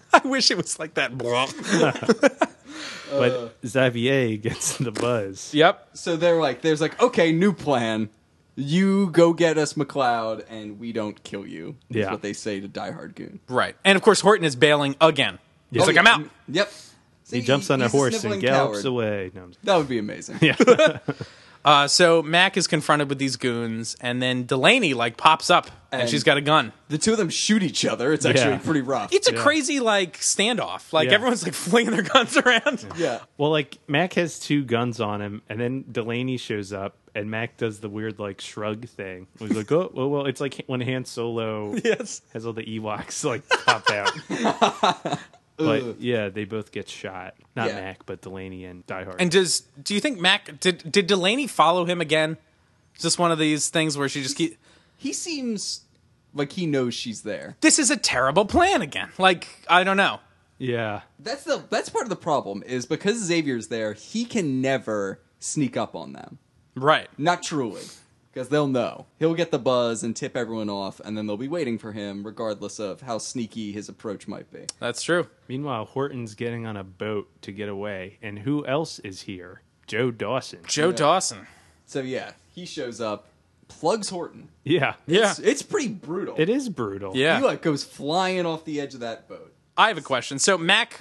K: I wish it was like that. Blah.
H: but Xavier gets the buzz.
K: Yep.
I: So they're like, "There's like, okay, new plan. You go get us McLeod, and we don't kill you." Is
K: Yeah.
I: what they say to Die Hard goon.
K: Right. And of course, Horton is bailing again. He's
I: Oh,
K: like,
I: yeah.
K: I'm out.
I: Yep.
H: He jumps on a
I: he's a
H: horse and
I: sniveling
H: gallops
I: coward.
H: away. No, I'm
I: That would be amazing.
H: Yeah.
K: Uh, so Mac is confronted with these goons, and then Delaney like pops up, and,
I: And
K: she's got a gun.
I: The two of them shoot each other. It's actually pretty rough.
K: It's a crazy like standoff. Like
H: Yeah.
K: everyone's like flinging their guns around.
I: Yeah.
H: Well, like Mac has two guns on him, and then Delaney shows up, and Mac does the weird like shrug thing. He's like, "Oh, well, well." It's like when Han Solo
K: Yes.
H: has all the Ewoks like pop out.
K: Ugh.
H: but yeah, they both get shot. Not
K: Yeah.
H: Mac, but Delaney and Die Hard.
K: And does do you think Mac did did Delaney follow him again? Is this one of these things where she just keep
I: He seems like he knows she's there.
K: This is a terrible plan again. Like I don't know.
H: yeah,
I: That's the that's part of the problem is because Xavier's there, he can never sneak up on them.
K: Right.
I: Not truly. Because they'll know. He'll get the buzz and tip everyone off, and then they'll be waiting for him, regardless of how sneaky his approach might be.
K: That's true.
H: Meanwhile, Horton's getting on a boat to get away, and who else is here? Joe Dawson.
K: Joe Dawson.
I: So yeah, he shows up, plugs Horton.
H: Yeah,
I: It's, it's pretty brutal.
H: It is brutal.
K: Yeah.
I: He like goes flying off the edge of that boat.
K: I have a question. So Mac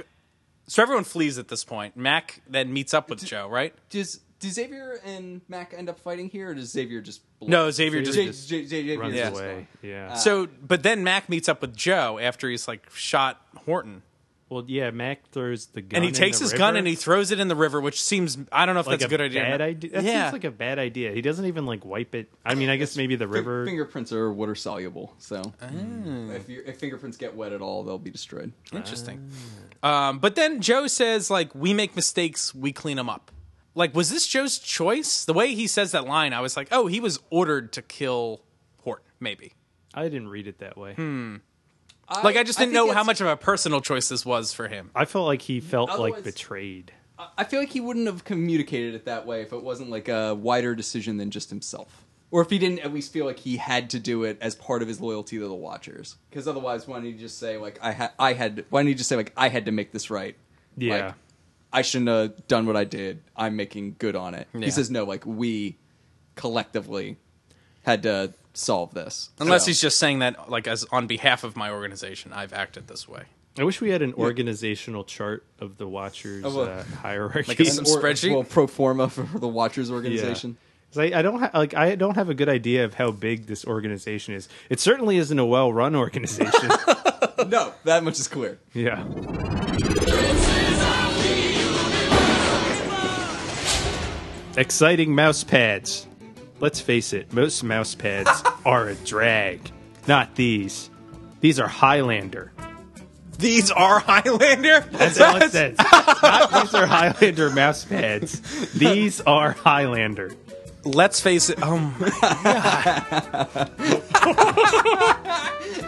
K: so everyone flees at this point. Mac then meets up with Joe, right?
I: Does do Xavier and Mac end up fighting here, or does Xavier just blow?
K: No, Xavier just-
I: J- J- J- Xavier
K: runs
I: just-
K: away.
H: Yeah.
K: so but then Mac meets up with Joe after he's like shot Horton.
H: Well, yeah, Mac throws the gun.
K: and he takes his gun and he throws it in the river, which seems I don't know if
H: like
K: that's a,
H: a
K: good idea. or
H: Bad
K: not.
H: idea. That
K: yeah.
H: seems like a bad idea. He doesn't even like wipe it. I mean, I guess maybe the river.
I: Fingerprints are water soluble, so
K: Ah.
I: if, your if fingerprints get wet at all, they'll be destroyed.
K: Interesting. Um, but then Joe says, like, we make mistakes, we clean them up. Like, was this Joe's choice? The way he says that line, I was like, oh, he was ordered to kill Horton, maybe.
H: I didn't read it that way.
K: Hmm. like, I just didn't know how much of a personal choice this was for him.
H: I felt like he felt like
I: Otherwise-
H: betrayed.
I: I- I feel like he wouldn't have communicated it that way if it wasn't like a wider decision than just himself. Or if he didn't at least feel like he had to do it as part of his loyalty to the Watchers. Because otherwise, why don't you just say, like, I, ha- I had, why don't you just say, like, I had to make this right?
H: Yeah.
I: Like, I shouldn't have done what I did. I'm making good on it.
K: Yeah.
I: He says, no, like, we collectively had to solve this.
K: Unless
I: So-
K: he's just saying that, like, as on behalf of my organization, I've acted this way.
H: I wish we had an
K: Yeah.
H: organizational chart of the Watchers
K: Oh, well.
H: uh, hierarchy.
K: Like some Or- spreadsheet?
I: Well, pro forma for the Watchers organization.
H: 'Cause I, I don't ha- like I don't have a good idea of how big this organization is. It certainly isn't a well-run organization.
I: no, that much is clear.
H: yeah. Exciting mouse pads. Let's face it, most mouse pads are a drag. Not these. These are Highlander.
K: These are Highlander?
H: That's all it says. Not these are Highlander mouse pads. These are Highlander.
K: Let's face it. Oh my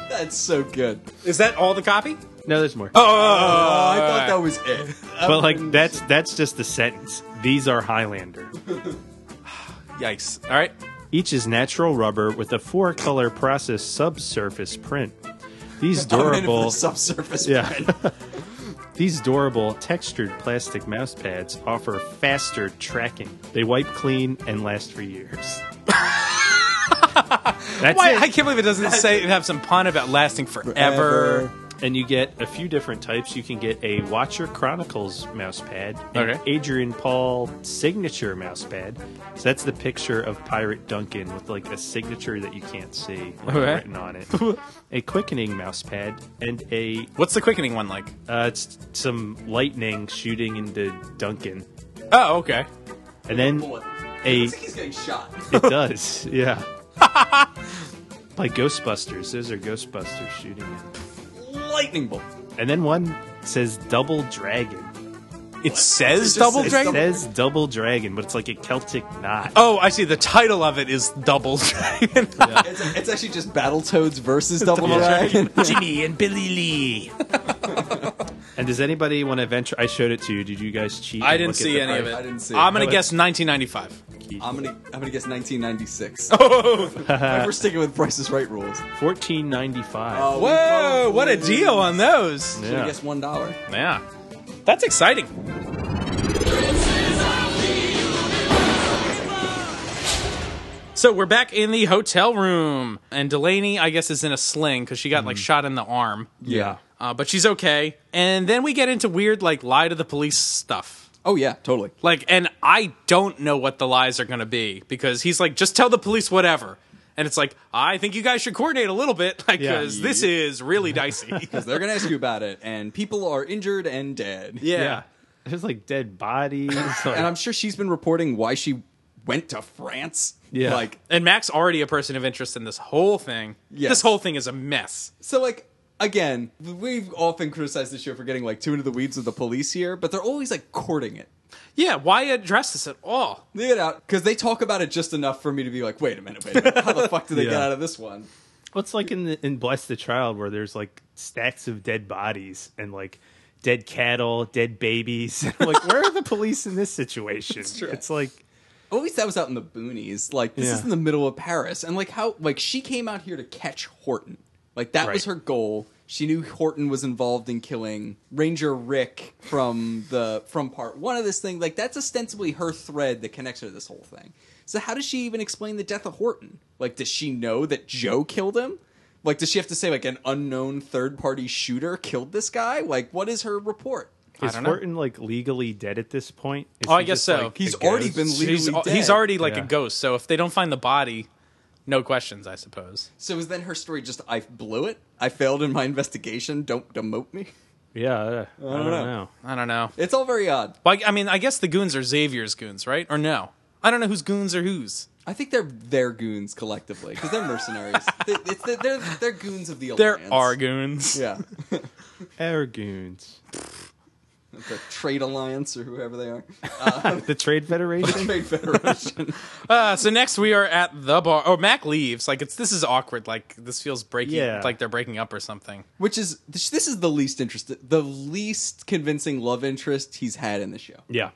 I: That's so good.
K: Is that all the copy?
H: No, there's more. Oh.
K: Oh,
I: I thought that was it.
H: But like that's that's just the sentence. These are Highlander.
K: Yikes. All right.
H: Each is natural rubber with a four color process subsurface print. These
I: I'm in for the
H: durable
I: subsurface
H: Yeah. These durable textured plastic mouse pads offer faster tracking. They wipe clean and last for years. That's
K: Why-
H: it.
K: I can't believe it doesn't say have some pun about lasting forever.
H: And you get a few different types. You can get a Watcher Chronicles mouse pad, an
K: Okay.
H: Adrian Paul signature mouse pad. So that's the picture of Pirate Duncan with like a signature that you can't see like,
K: Okay.
H: written on it. a quickening mouse pad and a
K: What's the quickening one like?
H: Uh, it's some lightning shooting into Duncan.
K: Oh, okay.
H: And then a
I: getting shot.
H: it does, yeah. By Ghostbusters. Those are Ghostbusters shooting it.
I: Lightning bolt.
H: And then one says Double Dragon.
K: It says It just Double says Dragon?
H: It says Double Dragon, but it's like a Celtic knot.
K: Oh, I see. The title of it is Double Dragon.
I: It's, it's actually just Battletoads versus
K: Oh,
I: Double,
H: Double
I: Dragon.
K: Jimmy and Billy Lee.
H: And does anybody want to venture? I showed it to you. Did you guys cheat?
K: I
H: and
K: didn't
H: look at
K: see
H: the
K: any of
H: price?
K: it. I'm gonna guess 1995.
I: I'm gonna I'm gonna guess 1996.
K: Oh,
I: we're sticking with Price is Right rules.
H: 14.95.
I: Oh, we
K: Whoa!
I: both
K: What a
I: lose.
K: deal on those.
I: Should have guessed one dollar.
K: Yeah. That's exciting. So we're back in the hotel room, and Delaney, I guess, is in a sling because she got like shot in the arm.
I: Yeah.
K: Uh, but she's okay. And then we get into weird, like, lie to the police stuff.
I: Oh yeah, totally.
K: Like, and I don't know what the lies are going to be because he's like, just tell the police whatever. And it's like, I think you guys should coordinate a little bit
I: Yeah.
K: because this is really dicey.
I: Because they're gonna ask you about it, and people are injured and dead.
K: Yeah.
H: There's like dead bodies.
I: and I'm sure she's been reporting why she went to France. Like
K: and Mac's already a person of interest in this whole thing.
I: Yes.
K: This whole thing is a mess.
I: So like again, we've often criticized the show for getting like too into the weeds with the police here, but they're always like courting it.
K: Yeah, why address this at all?
I: They get out because they talk about it just enough for me to be like, wait a minute, wait a minute, how the fuck do they get
H: Yeah.
I: out of this one?
H: What's like in the, in Bless the Child where there's like stacks of dead bodies and like dead cattle, dead babies. like where are the police in this situation? It's, like
I: At least that was out in the boonies. Like this
H: Yeah.
I: is in the middle of Paris, and like how like she came out here to catch Horton. Like that was her goal. She knew Horton was involved in killing Ranger Rick from the from part one of this thing. Like that's ostensibly her thread that connects her to this whole thing. So how does she even explain the death of Horton? Like does she know that Joe killed him? Like does she have to say like an unknown third party shooter killed this guy? Like what is her report?
H: is Horton like legally dead at this point? Is
K: oh, I
H: he just,
K: guess so.
H: like, a ghost?
K: he's, He's already like
H: Yeah.
K: a ghost. So if they don't find the body, no questions, I suppose.
I: So is then her story just I blew it? I failed in my investigation. Don't demote me.
H: Yeah, uh, I,
I: don't know.
K: I don't know.
I: It's all very odd.
K: Well, I- I mean, I guess the goons are Xavier's goons, right? Or no? I don't know whose goons are whose.
I: I think they're their goons collectively because they're mercenaries. they, it's the, they're they're goons of the
K: There
I: alliance.
K: are goons.
I: Yeah,
H: Argoons.
I: the trade alliance or whoever they are. Uh,
H: the Trade Federation.
I: the trade federation.
K: Uh, so next we are at the bar. Oh, Mac leaves. Like it's this is awkward. Like this feels breaking.
I: Yeah.
K: Like they're breaking up or something.
I: Which is this this is the least interest, the least convincing love interest he's had in the show.
H: Yeah.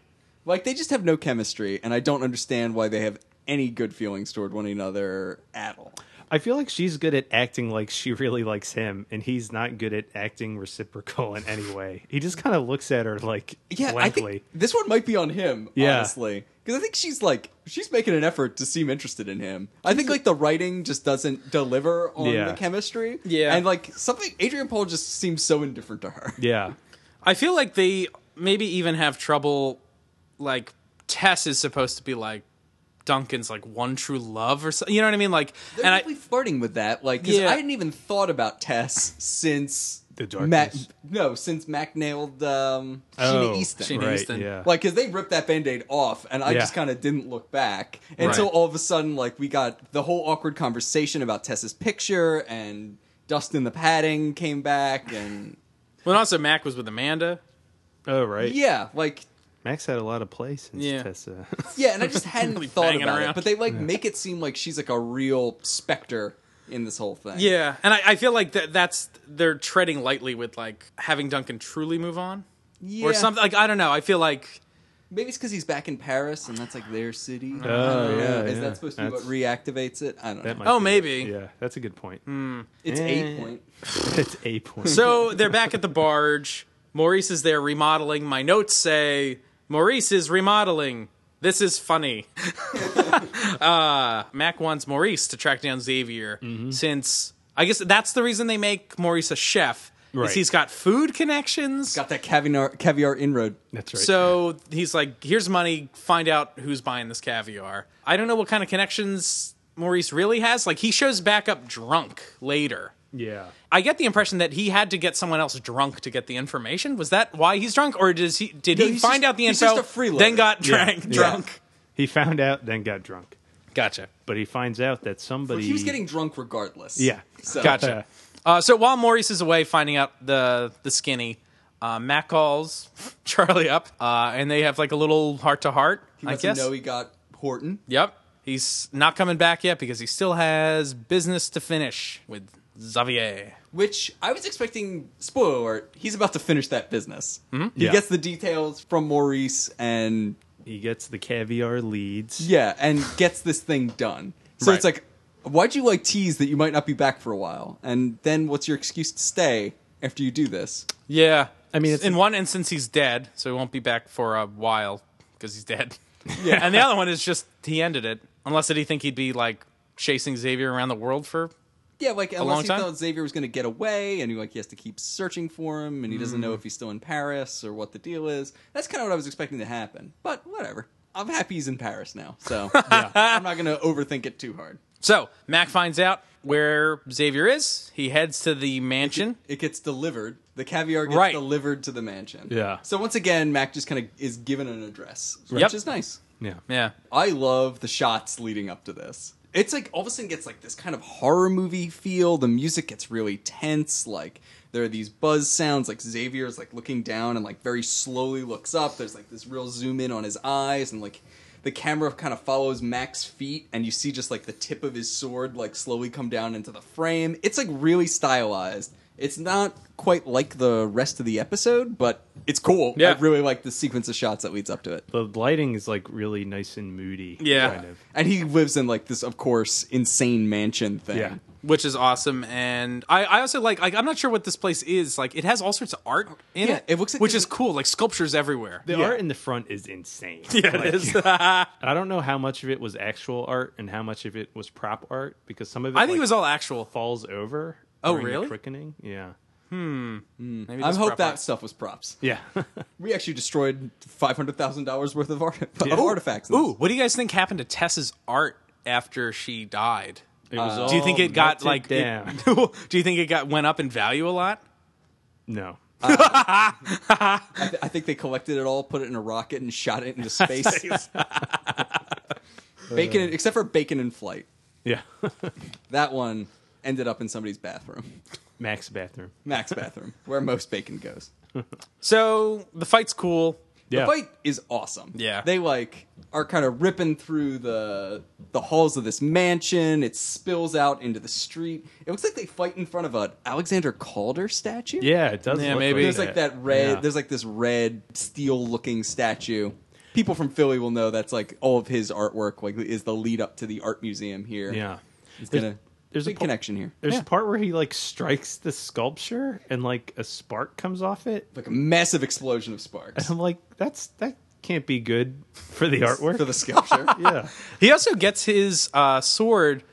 I: Like they just have no chemistry, and I don't understand why they have any good feelings toward one another at all.
H: I feel like she's good at acting like she really likes him, and he's not good at acting reciprocal in any way. He just kind of looks at her like
I: Yeah,
H: blankly.
I: I think this one might be on him,
H: Yeah.
I: honestly. Because I think she's like she's making an effort to seem interested in him. I think like the writing just doesn't deliver on
K: Yeah.
I: the chemistry.
K: Yeah.
I: and like something Adrian Paul just seems so indifferent to her.
H: Yeah.
K: I feel like they maybe even have trouble. Like Tess is supposed to be like Duncan's like one true love or something. You know what I mean? Like
I: They're
K: and I
I: definitely flirting with that. Like, 'cause
K: Yeah.
I: I hadn't even thought about Tess since the
K: darkness.
I: no, since Mac nailed um,
K: Oh,
I: Sheena Easton.
K: Sheena right, Easton. yeah.
I: Like, because they ripped that Band-Aid off, and I
K: Yeah.
I: just kind of didn't look back until
K: Right.
I: all of a sudden, like, we got the whole awkward conversation about Tess's picture and dust in the padding came back, and
K: Well, and also Mac was with Amanda.
H: Oh right.
I: yeah, like
H: Max had a lot of play since
K: Yeah.
H: Tessa.
I: Yeah, and I just hadn't
K: Really
I: thought
K: banging
I: about
K: around.
I: it. But they like
K: Yeah.
I: make it seem like she's like a real specter in this whole thing.
K: Yeah, and I, I feel like that that's they're treading lightly with like having Duncan truly move on
I: Yeah.
K: or something. Like I don't know. I feel like
I: Maybe it's because he's back in Paris and that's like their city.
H: Oh,
I: I don't know.
H: yeah,
I: Is
H: yeah.
I: that supposed to be what
H: That's-
I: reactivates it? I don't know.
H: That might
K: Oh.
H: be it. Yeah, that's a good point.
I: It's
H: Eh.
I: eight point.
H: it's a point.
K: Hmm. So they're back at the barge. Maurice is there remodeling. My notes say Maurice is remodeling. This is funny. uh, Mac wants Maurice to track down Xavier since I guess that's the reason they make Maurice a chef.
I: Right.
K: Is he's got food connections.
I: Got that caviar caviar inroad.
H: That's
K: So he's like, here's money, find out who's buying this caviar. I don't know what kind of connections Maurice really has. Like, he shows back up drunk later.
H: yeah.
K: I get the impression that he had to get someone else drunk to get the information. Was that why he's drunk, or does he did
I: No,
K: he
I: he's
K: find
I: just-
K: out the
I: he's
K: info,
I: just a freeloader.
K: then got
H: Yeah,
K: drank,
H: yeah.
K: drunk?
H: He found out, then got drunk.
K: Gotcha.
H: But he finds out that somebody
I: He was getting drunk regardless.
H: Yeah.
I: So.
K: Gotcha. Uh, so while Maurice is away finding out the the skinny, uh, Matt calls Charlie up, uh, and they have like a little heart to heart.
I: He
K: I
I: must
K: guess.
I: know he got Horton.
K: Yep. He's not coming back yet because he still has business to finish with Xavier.
I: Which I was expecting. Spoiler alert: He's about to finish that business.
K: Mhm.
I: He
K: Yeah.
I: gets the details from Maurice, and
H: he gets the caviar leads.
I: Yeah, and gets this thing done. So it's like, why'd you like tease that you might not be back for a while, and then what's your excuse to stay after you do this?
K: Yeah.
H: I mean, it's-
K: in one instance, he's dead, so he won't be back for a while because he's dead.
I: Yeah.
K: and the other one is just he ended it. Unless did he think he'd be like chasing Xavier around the world for?
I: Yeah, like
K: A
I: unless
K: long
I: he
K: time?
I: thought Xavier was going to get away, and he like he has to keep searching for him, and he doesn't
K: Hmm.
I: know if he's still in Paris or what the deal is. That's kind of what I was expecting to happen, but whatever. I'm happy he's in Paris now, so I'm not going to overthink it too hard.
K: So Mac finds out where Xavier is. He heads to the mansion.
I: It gets delivered. The caviar gets
K: Right.
I: delivered to the mansion.
K: Yeah.
I: So once again, Mac just kind of is given an address, which
K: Yep.
I: is nice.
H: Yeah.
K: Yeah.
I: I love the shots leading up to this. It's like all of a sudden gets like this kind of horror movie feel. The music gets really tense. Like there are these buzz sounds. Like Xavier's like looking down and like very slowly looks up. There's like this real zoom in on his eyes and like the camera kind of follows Mac's feet and you see just like the tip of his sword like slowly come down into the frame. It's like really stylized. It's not quite like the rest of the episode, but it's cool.
K: Yeah.
I: I really like the sequence of shots that leads up to it.
H: The lighting is like really nice and moody.
K: Yeah.
H: Kind of.
I: And he lives in like this, of course, insane mansion thing.
H: Yeah.
K: Which is awesome, and I, I also like, like. I'm not sure what this place is. Like, it has all sorts of art in
H: Yeah,
K: it. It looks like which is cool. Like sculptures everywhere.
H: The
K: Yeah.
H: art in the front is insane.
K: Yeah, it is. I
H: don't know how much of it was actual art and how much of it was prop art because some of it
K: I think
H: like,
K: it was all actual.
H: falls over.
K: Oh,
H: during the
K: really?
H: Quickening. Yeah.
K: Hmm. Maybe
I: I
K: that's
I: hope
K: prop
I: that
K: art.
I: stuff was props.
H: Yeah.
I: We actually destroyed five hundred thousand dollars worth of, art- of artifacts. in
K: Ooh,
I: this.
K: what do you guys think happened to Tessa's art after she died?
H: It was
I: Uh,
K: do you think
H: all
K: it got
H: melted
K: like? it-
H: down.
K: do you think it got went up in value a lot?
H: No.
I: I, th- I think they collected it all, put it in a rocket, and shot it into space. bacon, except for bacon in flight.
H: Yeah.
I: That one ended up in somebody's bathroom,
H: Max bathroom.
I: Mac's bathroom, where most bacon goes.
K: So the fight's cool.
I: The fight is awesome.
K: Yeah.
I: They like are kind of ripping through the the halls of this mansion. It spills out into the street. It looks like they fight in front of an Alexander Calder statue.
H: Yeah, it does Yeah, look maybe. like
I: there's like
H: that.
I: that red.
H: Yeah.
I: There's like this red steel looking statue. People from Philly will know that's like all of his artwork. Like is the lead up to the art museum here.
H: Yeah.
I: It's
H: There's-
I: gonna.
H: there's
I: There's
H: a
I: a big
H: po-
I: connection here.
H: There's a part where he like strikes the sculpture and like a spark comes off it.
I: Like a massive explosion of sparks.
H: I'm like, that's that can't be good for the artwork.
I: For the sculpture.
H: yeah.
K: He also gets his uh, sword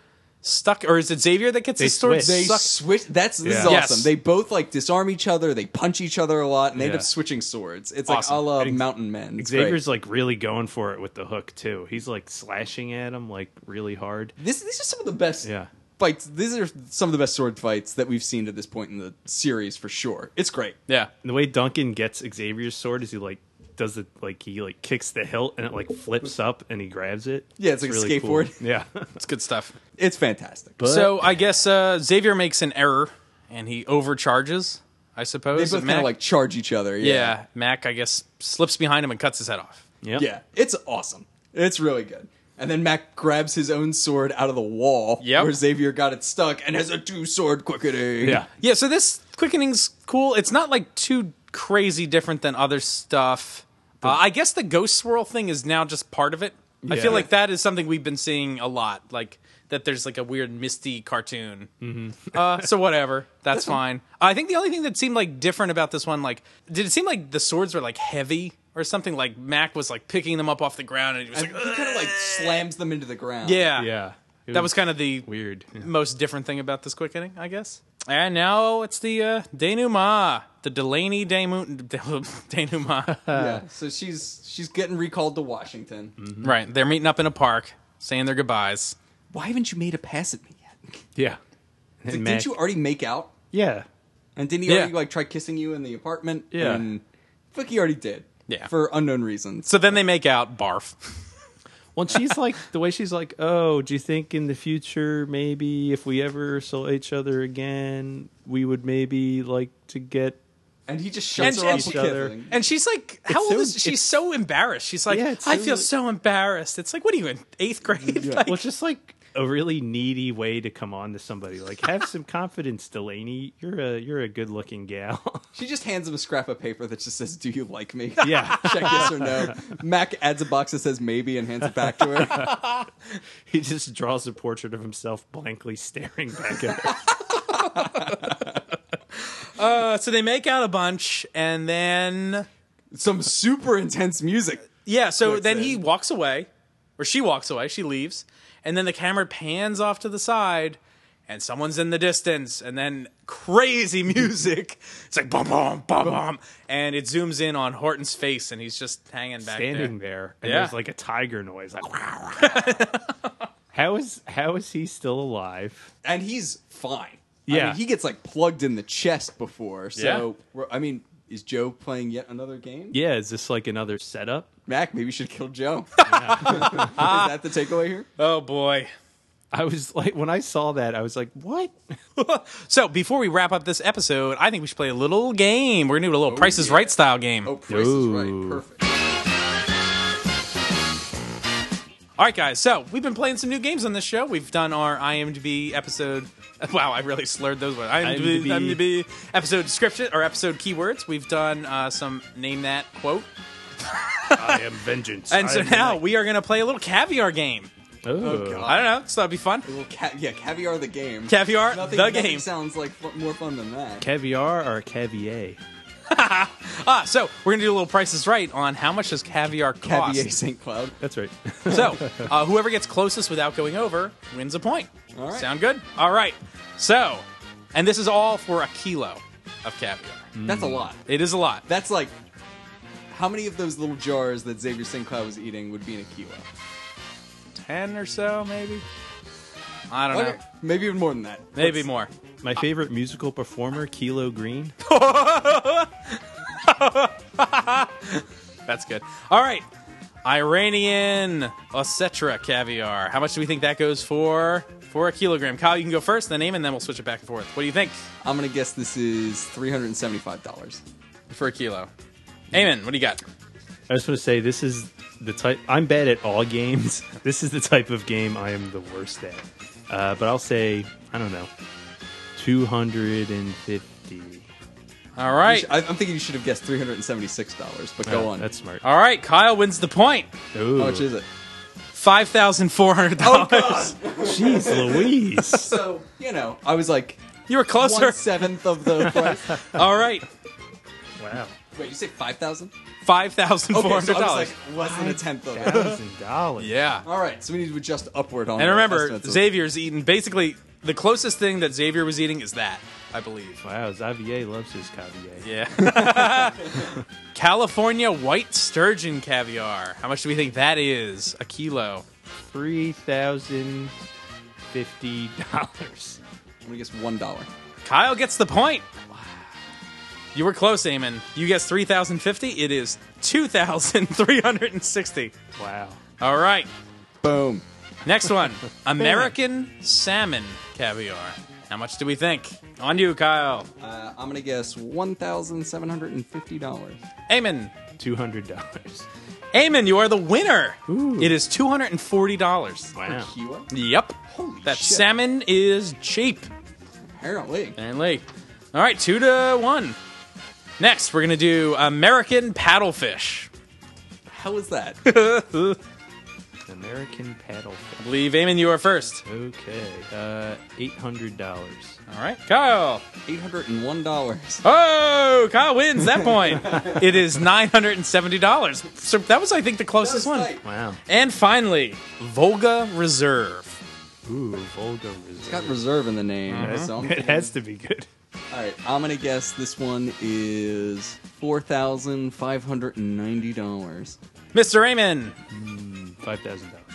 K: stuck, or is it Xavier that gets
I: They
K: his sword
I: switch. They
K: stuck?
I: switch. That's this is
K: Yeah.
I: awesome.
K: Yes.
I: They both like disarm each other. They punch each other a lot, and they end
H: Yeah.
I: up switching swords. It's
H: Awesome.
I: like a la
H: And Ex-
I: Mountain Men. It's
H: Xavier's
I: great.
H: like really going for it with the hook too. He's like slashing at him like really hard.
I: this. These are some of the best
H: Yeah.
I: fights. These are some of the best sword fights that we've seen to this point in the series for sure. It's great.
K: Yeah.
H: And the way Duncan gets Xavier's sword is he like does it like he like kicks the hilt and it like flips up and he grabs it.
I: Yeah, it's like a
H: really cool.
I: skateboard.
H: Yeah.
K: It's good stuff.
I: It's fantastic.
K: so I guess uh, Xavier makes an error and he overcharges. I
I: they
K: suppose.
I: both kind
K: Mac-
I: of like charge each other.
K: yeah.
I: Yeah.
K: Mac, I guess, slips behind him and cuts his head off.
I: Yeah. It's awesome. It's really good. And then Mac grabs his own sword out of the wall
K: Yep.
I: where Xavier got it stuck and has a two sword quickening.
K: Yeah, so this quickening's cool. It's not like too crazy different than other stuff. Uh, I guess the ghost swirl thing is now just part of it. I
H: Yeah.
K: feel like that is something we've been seeing a lot, like that there's like a weird misty cartoon. Uh, so whatever, that's fine. I think the only thing that seemed like different about this one, like, did it seem like the swords were like heavy or something? Like Mac was like picking them up off the ground and he was like,
I: he kind of like slams them into the ground.
K: yeah,
I: It
K: that
I: was
K: was kind of the weird, most different thing about this quickening, I guess. And now it's the uh, denouement, the Delaney Demu- denouement.
I: yeah. So she's she's getting recalled to Washington.
K: Right. They're meeting up in a park, saying their goodbyes.
I: Why haven't you made a pass at me yet?
K: Yeah.
I: Like, didn't you already make out?
H: Yeah.
I: And didn't he
K: Yeah.
I: already like try kissing you in the apartment?
K: Yeah.
I: And fuck, he already did.
K: Yeah.
I: For unknown reasons.
K: So then they make out, barf.
H: Well, she's like the way she's like, "Oh, do you think in the future maybe if we ever saw each other again, we would maybe like to get?"
I: And he just
K: and, and, she- and she's like, how
H: It's
K: old
H: so-
K: is she's
H: it's-
K: so embarrassed. She's like,
H: Yeah, it's
K: I
H: so- Mm,
K: feel so embarrassed. It's like, what are you in eighth grade?
H: Yeah.
K: Like-
H: well, it's just like a really needy way to come on to somebody. Like, have some confidence, Delaney. You're a you're a good looking gal.
I: She just hands him a scrap of paper that just says, "Do you like me?"
H: Yeah.
I: Check yes or no. Mac adds a box that says maybe and hands it back to her.
H: he just draws a portrait of himself blankly staring back at her.
K: uh, so they make out a bunch, and then
I: some super intense music.
K: Yeah. So
I: clicks
K: then
I: in.
K: he walks away, or she walks away. She leaves, and then the camera pans off to the side, and someone's in the distance, and then crazy music. it's like bum bum bum bum, and it zooms in on Horton's face, and he's just hanging back
H: standing there, and
K: Yeah.
H: there's like a tiger noise. Like, how is how is he still alive?
I: and he's fine. I
H: Yeah.
I: mean, he gets like plugged in the chest before. So we're, I mean, is Joe playing yet another game?
H: Yeah, is this like another setup?
I: Mac, maybe you should kill Joe. is that the takeaway here?
K: Oh boy.
H: I was like, when I saw that, I was like, what?
K: so before we wrap up this episode, I think we should play a little game. We're gonna do a little
H: Oh,
K: Price is Right style game.
I: Oh, Price is Right, perfect.
K: All right, guys. So we've been playing some new games on this show. We've done our IMDb episode. Wow, I really slurred those words. IMDb,
H: IMDb.
K: IMDb episode description or episode keywords. We've done uh, some name that quote,
H: I am vengeance.
K: and so now we are going to play a little caviar game.
H: Oh,
K: I don't know. So that'd be fun.
I: Well, ca- yeah, caviar the game.
K: Caviar
I: Nothing-
K: the
I: nothing
K: game.
I: sounds like fu- more fun than that.
H: Caviar or caviar?
K: Ah, so we're going to do a little Price is Right on how much does caviar cost.
I: Caviar St. Cloud.
H: That's right.
K: So, uh, whoever gets closest without going over wins a point.
I: All right.
K: Sound good? All right. So, and this is all for a kilo of caviar.
I: That's a lot.
K: It is a lot.
I: That's like how many of those little jars that Xavier St. Cloud was eating would be in a kilo?
K: 10 or so, maybe? I don't
I: Okay,
K: know.
I: Maybe even more than that.
K: Maybe more.
H: My favorite musical performer, Kilo Green.
K: That's good. All right. Iranian Osetra caviar. How much do we think that goes for? For a kilogram. Kyle, you can go first, then name, and then we'll switch it back and forth. What do you think
I: I'm gonna guess this is three hundred and seventy-five dollars.
K: for a kilo? Amen. What do you got?
H: I just want to say this is the type. I'm bad at all games. This is the type of game I am the worst at. Uh, but I'll say I don't know, two hundred and fifty.
K: All right.
I: I'm thinking you should have guessed three hundred and seventy-six dollars. But go on.
H: That's smart.
K: All right. Kyle wins the point.
H: Ooh.
I: how much is it?
K: $5,400.
I: Oh,
H: Jeez, Louise.
I: So you know, I was like
K: you were closer.
I: one seventh of the price.
K: All right.
H: wow.
I: Wait, you say five thousand?
K: $5,400.
I: Okay, so I was like less than a tenth of it.
H: Thousand dollars.
K: yeah.
I: All right, so we need to adjust upward on.
K: And
I: our
K: remember,
I: estimates of-
K: Xavier's eating basically the closest thing that Xavier was eating is that, I believe.
H: Wow, Xavier loves his caviar.
K: Yeah. California white sturgeon caviar. How much do we think that is? A kilo.
H: Three thousand fifty dollars.
I: I'm gonna guess one dollar.
K: Kyle gets the point. You were close, Eamon. You guessed 3,050. It is 2,360.
H: Wow.
K: All right.
I: Boom.
K: Next one American salmon caviar. How much do we think? On you, Kyle.
I: Uh, I'm gonna guess one thousand seven hundred and fifty dollars.
K: Eamon.
H: Two hundred dollars.
K: Eamon, you are the winner.
H: Ooh.
K: It is $240.
H: Wow.
I: Kiwa?
K: Yep.
I: Holy
K: that
I: shit.
K: salmon is cheap.
I: Apparently.
K: Apparently. All right, two to one. Next, we're going to do American paddlefish.
I: How was that?
H: American Paddle. Fest.
K: I believe, Eamon, you are first.
H: Okay. Uh, eight hundred dollars.
K: All right, Kyle.
I: Eight hundred and one dollars.
K: Oh, Kyle wins that point. it is nine hundred and seventy dollars. So that was, I think, the closest one.
H: Wow.
K: And finally, Volga Reserve.
H: Ooh, Volga Reserve.
I: It's got reserve in the name.
H: Mhm.
I: so I'm
H: It
I: thinking-
H: has to be good.
I: All right, I'm gonna guess this one is four thousand five hundred and ninety dollars.
K: Mr. Eamon.
H: Five thousand dollars.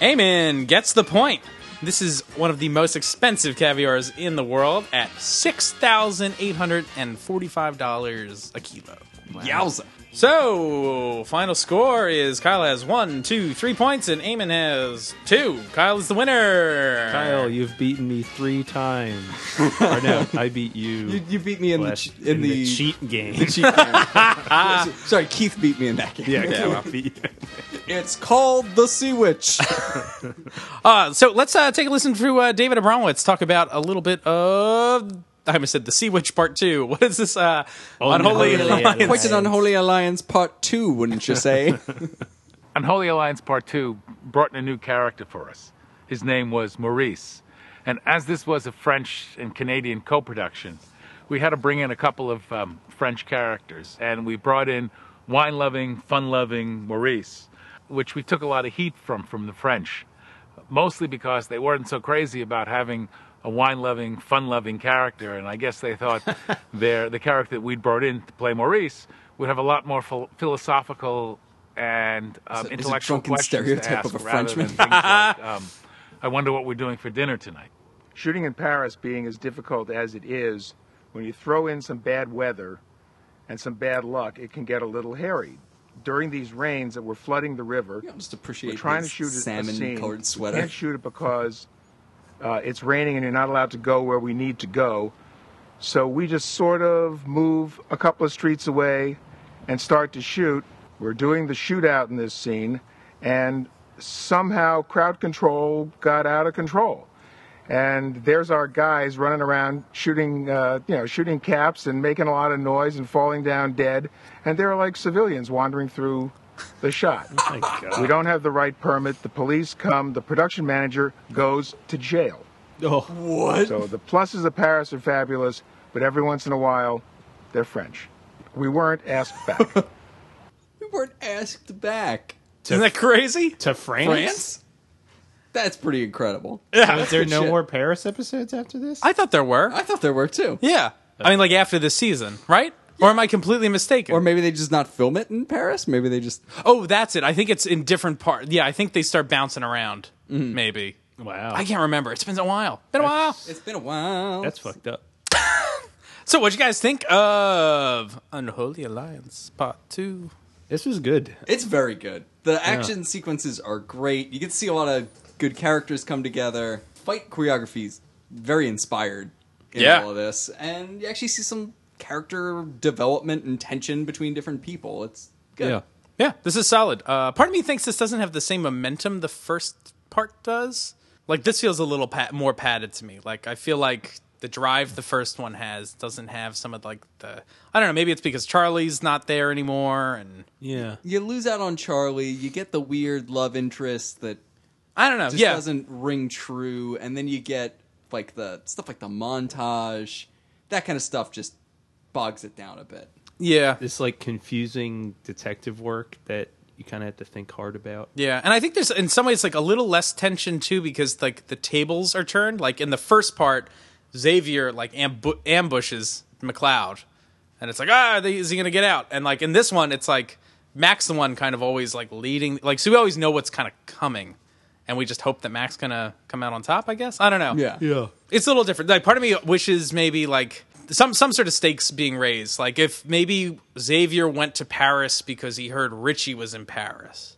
K: Eamon gets the point. This is one of the most expensive caviars in the world at $6,845 a kilo.
I: Yowza.
K: So, final score is Kyle has one, two, three points, and Eamon has two. Kyle is the winner.
H: Kyle, you've beaten me three times. or no, I beat you.
I: You, you beat me in
H: last-
I: the, che- in, the,
H: cheat game.
I: the cheat game. Sorry, Keith beat me in that game.
H: Yeah, Kyle beat you.
I: it's called the Sea Witch.
K: Uh, so let's uh, take a listen to uh, David Abramowitz talk about a little bit of. I almost said the Sea Witch Part Two. What is this? Uh, Unholy, Alliance.
I: Quite an Unholy Alliance Part Two, wouldn't you say?
N: Unholy Alliance Part 2 brought in a new character for us. His name was Maurice. And as this was a French and Canadian co production, we had to bring in a couple of um, French characters. And we brought in wine loving, fun loving Maurice, which we took a lot of heat from from the French, mostly because they weren't so crazy about having a wine loving, fun loving character. And I guess they thought their, Uh, the character that we'd brought in to play Maurice would have a lot more phil- philosophical and um,
I: It's a- it's a
N: intellectual
I: drunken
N: questions to
I: stereotype
N: ask
I: of a
N: rather than
I: Frenchman.
N: things like, um, I wonder what we're doing for dinner tonight.
D: Shooting in Paris being as difficult as it is, when you throw in some bad weather and some bad luck, it can get a little hairy. During these rains that were flooding the river,
I: just appreciate
D: we're trying to
I: his
D: shoot a- a
I: salmon-colored
D: scene.
I: sweater.
D: You can't shoot it because uh, it's raining and you're not allowed to go where we need to go. So we just sort of move a couple of streets away and start to shoot. We're doing the shootout in this scene, and somehow crowd control got out of control. And there's our guys running around shooting, uh, you know, shooting caps and making a lot of noise and falling down dead. And they're like civilians wandering through the shot. we don't have the right permit. The police come. The production manager goes to jail.
I: Oh, what?
D: So the pluses of Paris are fabulous, but every once in a while, they're French. We weren't asked back.
I: we weren't asked back.
K: Isn't that crazy?
H: To France?
I: France? That's pretty incredible.
H: Was
I: That's
H: there
I: good
H: no
I: shit.
H: more Paris episodes after this?
K: I thought there were. I
I: thought there were too.
K: Yeah. I mean, like after this season, right? Or am I completely mistaken? Or
I: maybe they just not film it in Paris. Maybe they just.
K: Oh, that's it. I think it's in different parts. Yeah, I think they start bouncing around. Maybe.
H: Wow.
K: I can't remember. It's been a while. Been a while.
I: It's been a while.
H: That's fucked up.
K: So, what'd you guys think of Unholy Alliance Part Two?
H: This was good.
I: It's very good. The action sequences are great. You can see a lot of good characters come together. Fight choreography's very inspired in
K: Yeah.
I: all of this, and you actually see some character development and tension between different people. It's good.
K: Yeah. Yeah, this is solid. Uh, part of me thinks this doesn't have the same momentum the first part does. Like, this feels a little pat- more padded to me. Like, I feel like the drive the first one has doesn't have some of, like, the. I don't know, maybe it's because Charlie's not there anymore. And
H: Yeah.
I: You lose out on Charlie. You get the weird love interest that
K: I don't know.
I: just
K: yeah.
I: doesn't ring true, and then you get like the stuff like the montage, that kind of stuff just bogs it down a bit.
K: Yeah.
H: This like confusing detective work that you kind of have to think hard about.
K: Yeah, and I think there's in some ways like a little less tension too because like the tables are turned. Like in the first part, Xavier like ambu- ambushes McLeod, and it's like ah, they, is he gonna get out? And like in this one, it's like Max the one kind of always like leading. Like so we always know what's kind of coming, and we just hope that Max gonna come out on top. I guess I don't know.
I: Yeah. Yeah.
K: It's a little different. Like part of me wishes maybe like some some sort of stakes being raised. Like if maybe Xavier went to Paris because he heard Richie was in Paris.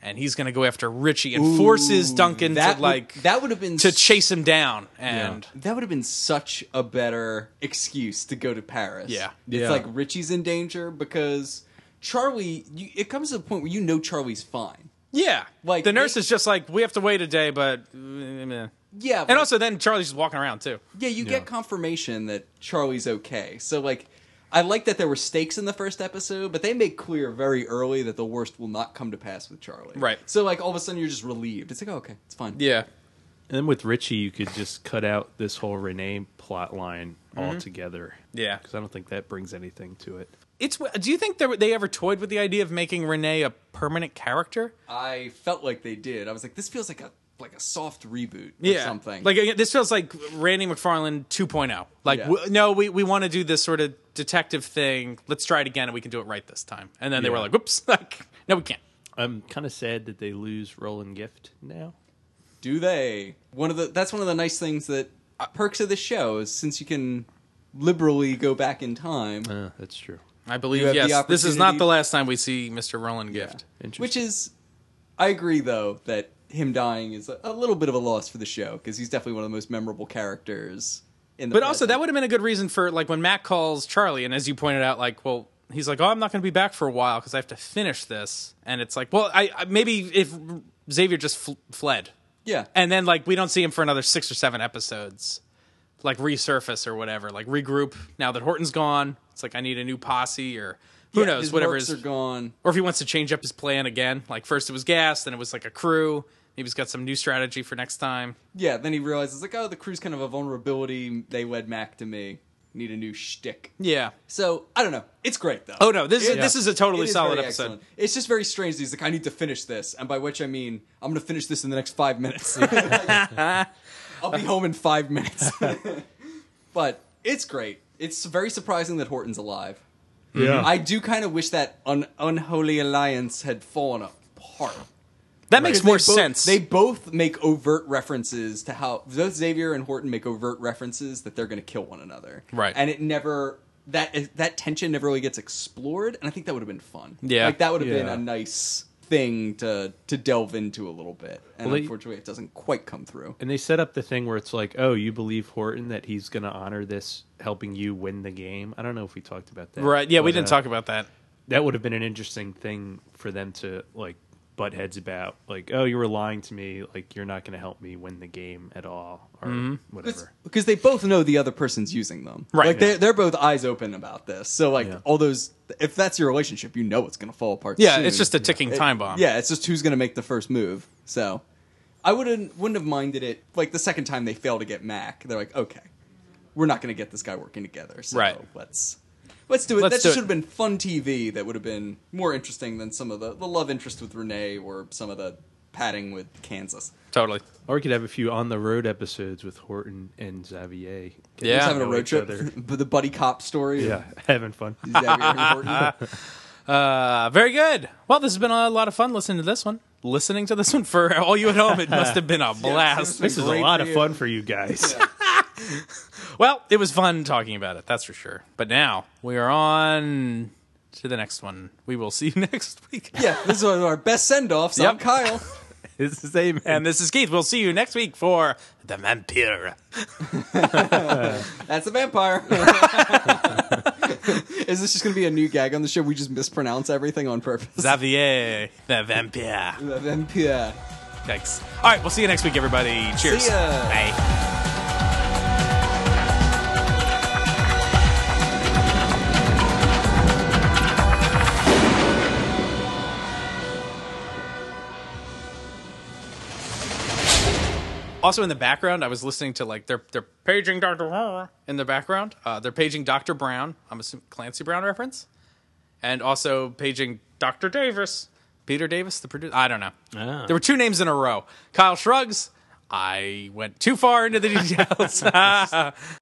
K: And he's going to go after Richie and forces
I: Ooh,
K: Duncan
I: that
K: to
I: would-
K: like
I: that would have been
K: to chase him down. And
I: That would have been such a better excuse to go to Paris.
K: Yeah.
I: It's
K: Yeah.
I: like Richie's in danger because Charlie, you, it comes to the point where you know Charlie's fine.
K: yeah, like the nurse is just like we have to wait a day, but eh,
I: Yeah,
K: and also then Charlie's just walking around too.
I: Yeah, you get confirmation that Charlie's okay. So like I like that there were stakes in the first episode, but they make clear very early that the worst will not come to pass with Charlie.
K: Right.
I: So like all of a sudden you're just relieved. It's like, oh, okay, it's fine.
K: Yeah.
H: And then with Richie, you could just cut out this whole Renee plot line
K: Mhm.
H: altogether.
K: Yeah.
H: Because I don't think that brings anything to it.
K: It's. Do you think they, they ever toyed with the idea of making Renee a permanent character?
I: I felt like they did. I was like, this feels like a like a soft reboot or
K: yeah.
I: something.
K: Like uh, this feels like Randy McFarlane 2.0. Like
I: Yeah.
K: w- no, we we want to do this sort of detective thing. Let's try it again and we can do it right this time. And then they were
H: Yeah.
K: like, "Whoops, like no we can't."
H: I'm kind of sad that they lose Roland Gift now.
I: do they? One of the that's one of the nice things that uh, perks of the show is since you can liberally go back in time.
K: Uh,
H: Uh, that's true.
K: I believe yes. This is not the last time we see Mr. Roland Gift.
I: Which is, I agree though that him dying is a, a little bit of a loss for the show because he's definitely one of the most memorable characters in the.
K: But also that would have been a good reason for like when Matt calls Charlie and as you pointed out like, well, he's like, "Oh, I'm not going to be back for a while cuz I have to finish this." And it's like, "Well, I, I maybe if Xavier just fl- fled."
I: Yeah.
K: And then like we don't see him for another 6 or 7 episodes. Like resurface or whatever, like regroup now that Horton's gone. It's like I need a new posse or who
I: Yeah,
K: knows
I: his
K: whatever
I: works
K: is
I: are gone.
K: Or if he wants to change up his plan again, like first it was gas, then it was like a crew. Maybe he's got some new strategy for next time.
I: Yeah, then he realizes like, oh, the crew's kind of a vulnerability. They led Mac to me. Need a new shtick.
K: Yeah.
I: So I don't know. It's great though.
K: Oh, no, this is-
I: It-
K: this is a totally
I: it
K: solid
I: very
K: episode.
I: excellent. It's just very strange. that He's like, I need to finish this, and by which I mean, I'm going to finish this in the next five minutes. I'll be home in five minutes. but it's great. It's very surprising that Horton's alive.
K: Yeah.
I: I do kind of wish that un- unholy alliance had fallen apart.
K: That makes
I: Because
K: more
I: they both-
K: sense.
I: They both make overt references to how both Xavier and Horton make overt references that they're going to kill one another.
K: Right.
I: and it never that that tension never really gets explored, and I think that would have been fun.
K: Yeah.
I: like that would have been
K: Yeah.
I: a nice thing to to delve into a little bit, and
H: Well, they-
I: unfortunately, it doesn't quite come through.
H: And they set up the thing where it's like, oh, you believe Horton that he's going to honor this, helping you win the game. I don't know if we talked about that.
K: Right, yeah, we
H: But, uh,
K: didn't talk about that.
H: That would have been an interesting thing for them to like butt heads about. Like, oh, you were lying to me. Like, you're not going to help me win the game at all, or
I: Mhm.
K: Mm-hmm.
H: whatever.
I: because they both know the other person's using them.
H: Right.
I: Like they're,
H: Yeah.
I: they're both eyes open about this. So like all those, if that's your relationship, you know it's going to fall apart.
K: Yeah,
I: soon.
K: it's just a ticking
I: It-
K: time bomb.
I: Yeah, it's just who's going to make the first move. So I wouldn't wouldn't have minded it. Like the second time they fail to get Mac, they're like, okay, we're not going to get this guy working together. So
K: Right.
I: Let's. Let's do it.
K: Let's
I: that
K: do
I: just
K: it.
I: should have been fun TV. That would have been more interesting than some of the, the love interest with Renee or some of the padding with Kansas.
K: Totally.
H: Or we could have a few on the road episodes with Horton and Xavier. Getting
I: He's
H: to
I: having a
H: know
I: road
H: each
I: trip,
H: other.
I: the buddy cop story.
H: Yeah, having fun.
K: uh, very good. Well, this has been a lot of fun listening to this one. Listening to this one for all you at home, it must have been a blast.
H: this is a lot of fun for you guys.
K: Well, it was fun talking about it, that's for sure. But now we are on to the next one. We will see you next week.
I: Yeah, this is one of our best send offs. I'm Kyle.
H: this is Amen.
K: And this is Keith. We'll see you next week for The Vampire.
I: That's a vampire. Is this just going to be a new gag on the show? We just mispronounce everything on purpose.
K: Xavier, The Vampire.
I: The vampire.
K: Thanks. All right, we'll see you next week, everybody. Cheers.
I: See ya.
K: Bye. Also in the background, I was listening to like they're they're paging Doctor in the background. Uh, they're paging Doctor Brown. I'm assuming Clancy Brown reference, and also paging Doctor Davis, Peter Davis, the producer. I don't know.
H: Ah.
K: There were two names in a row. Kyle shrugs. I went too far into the details.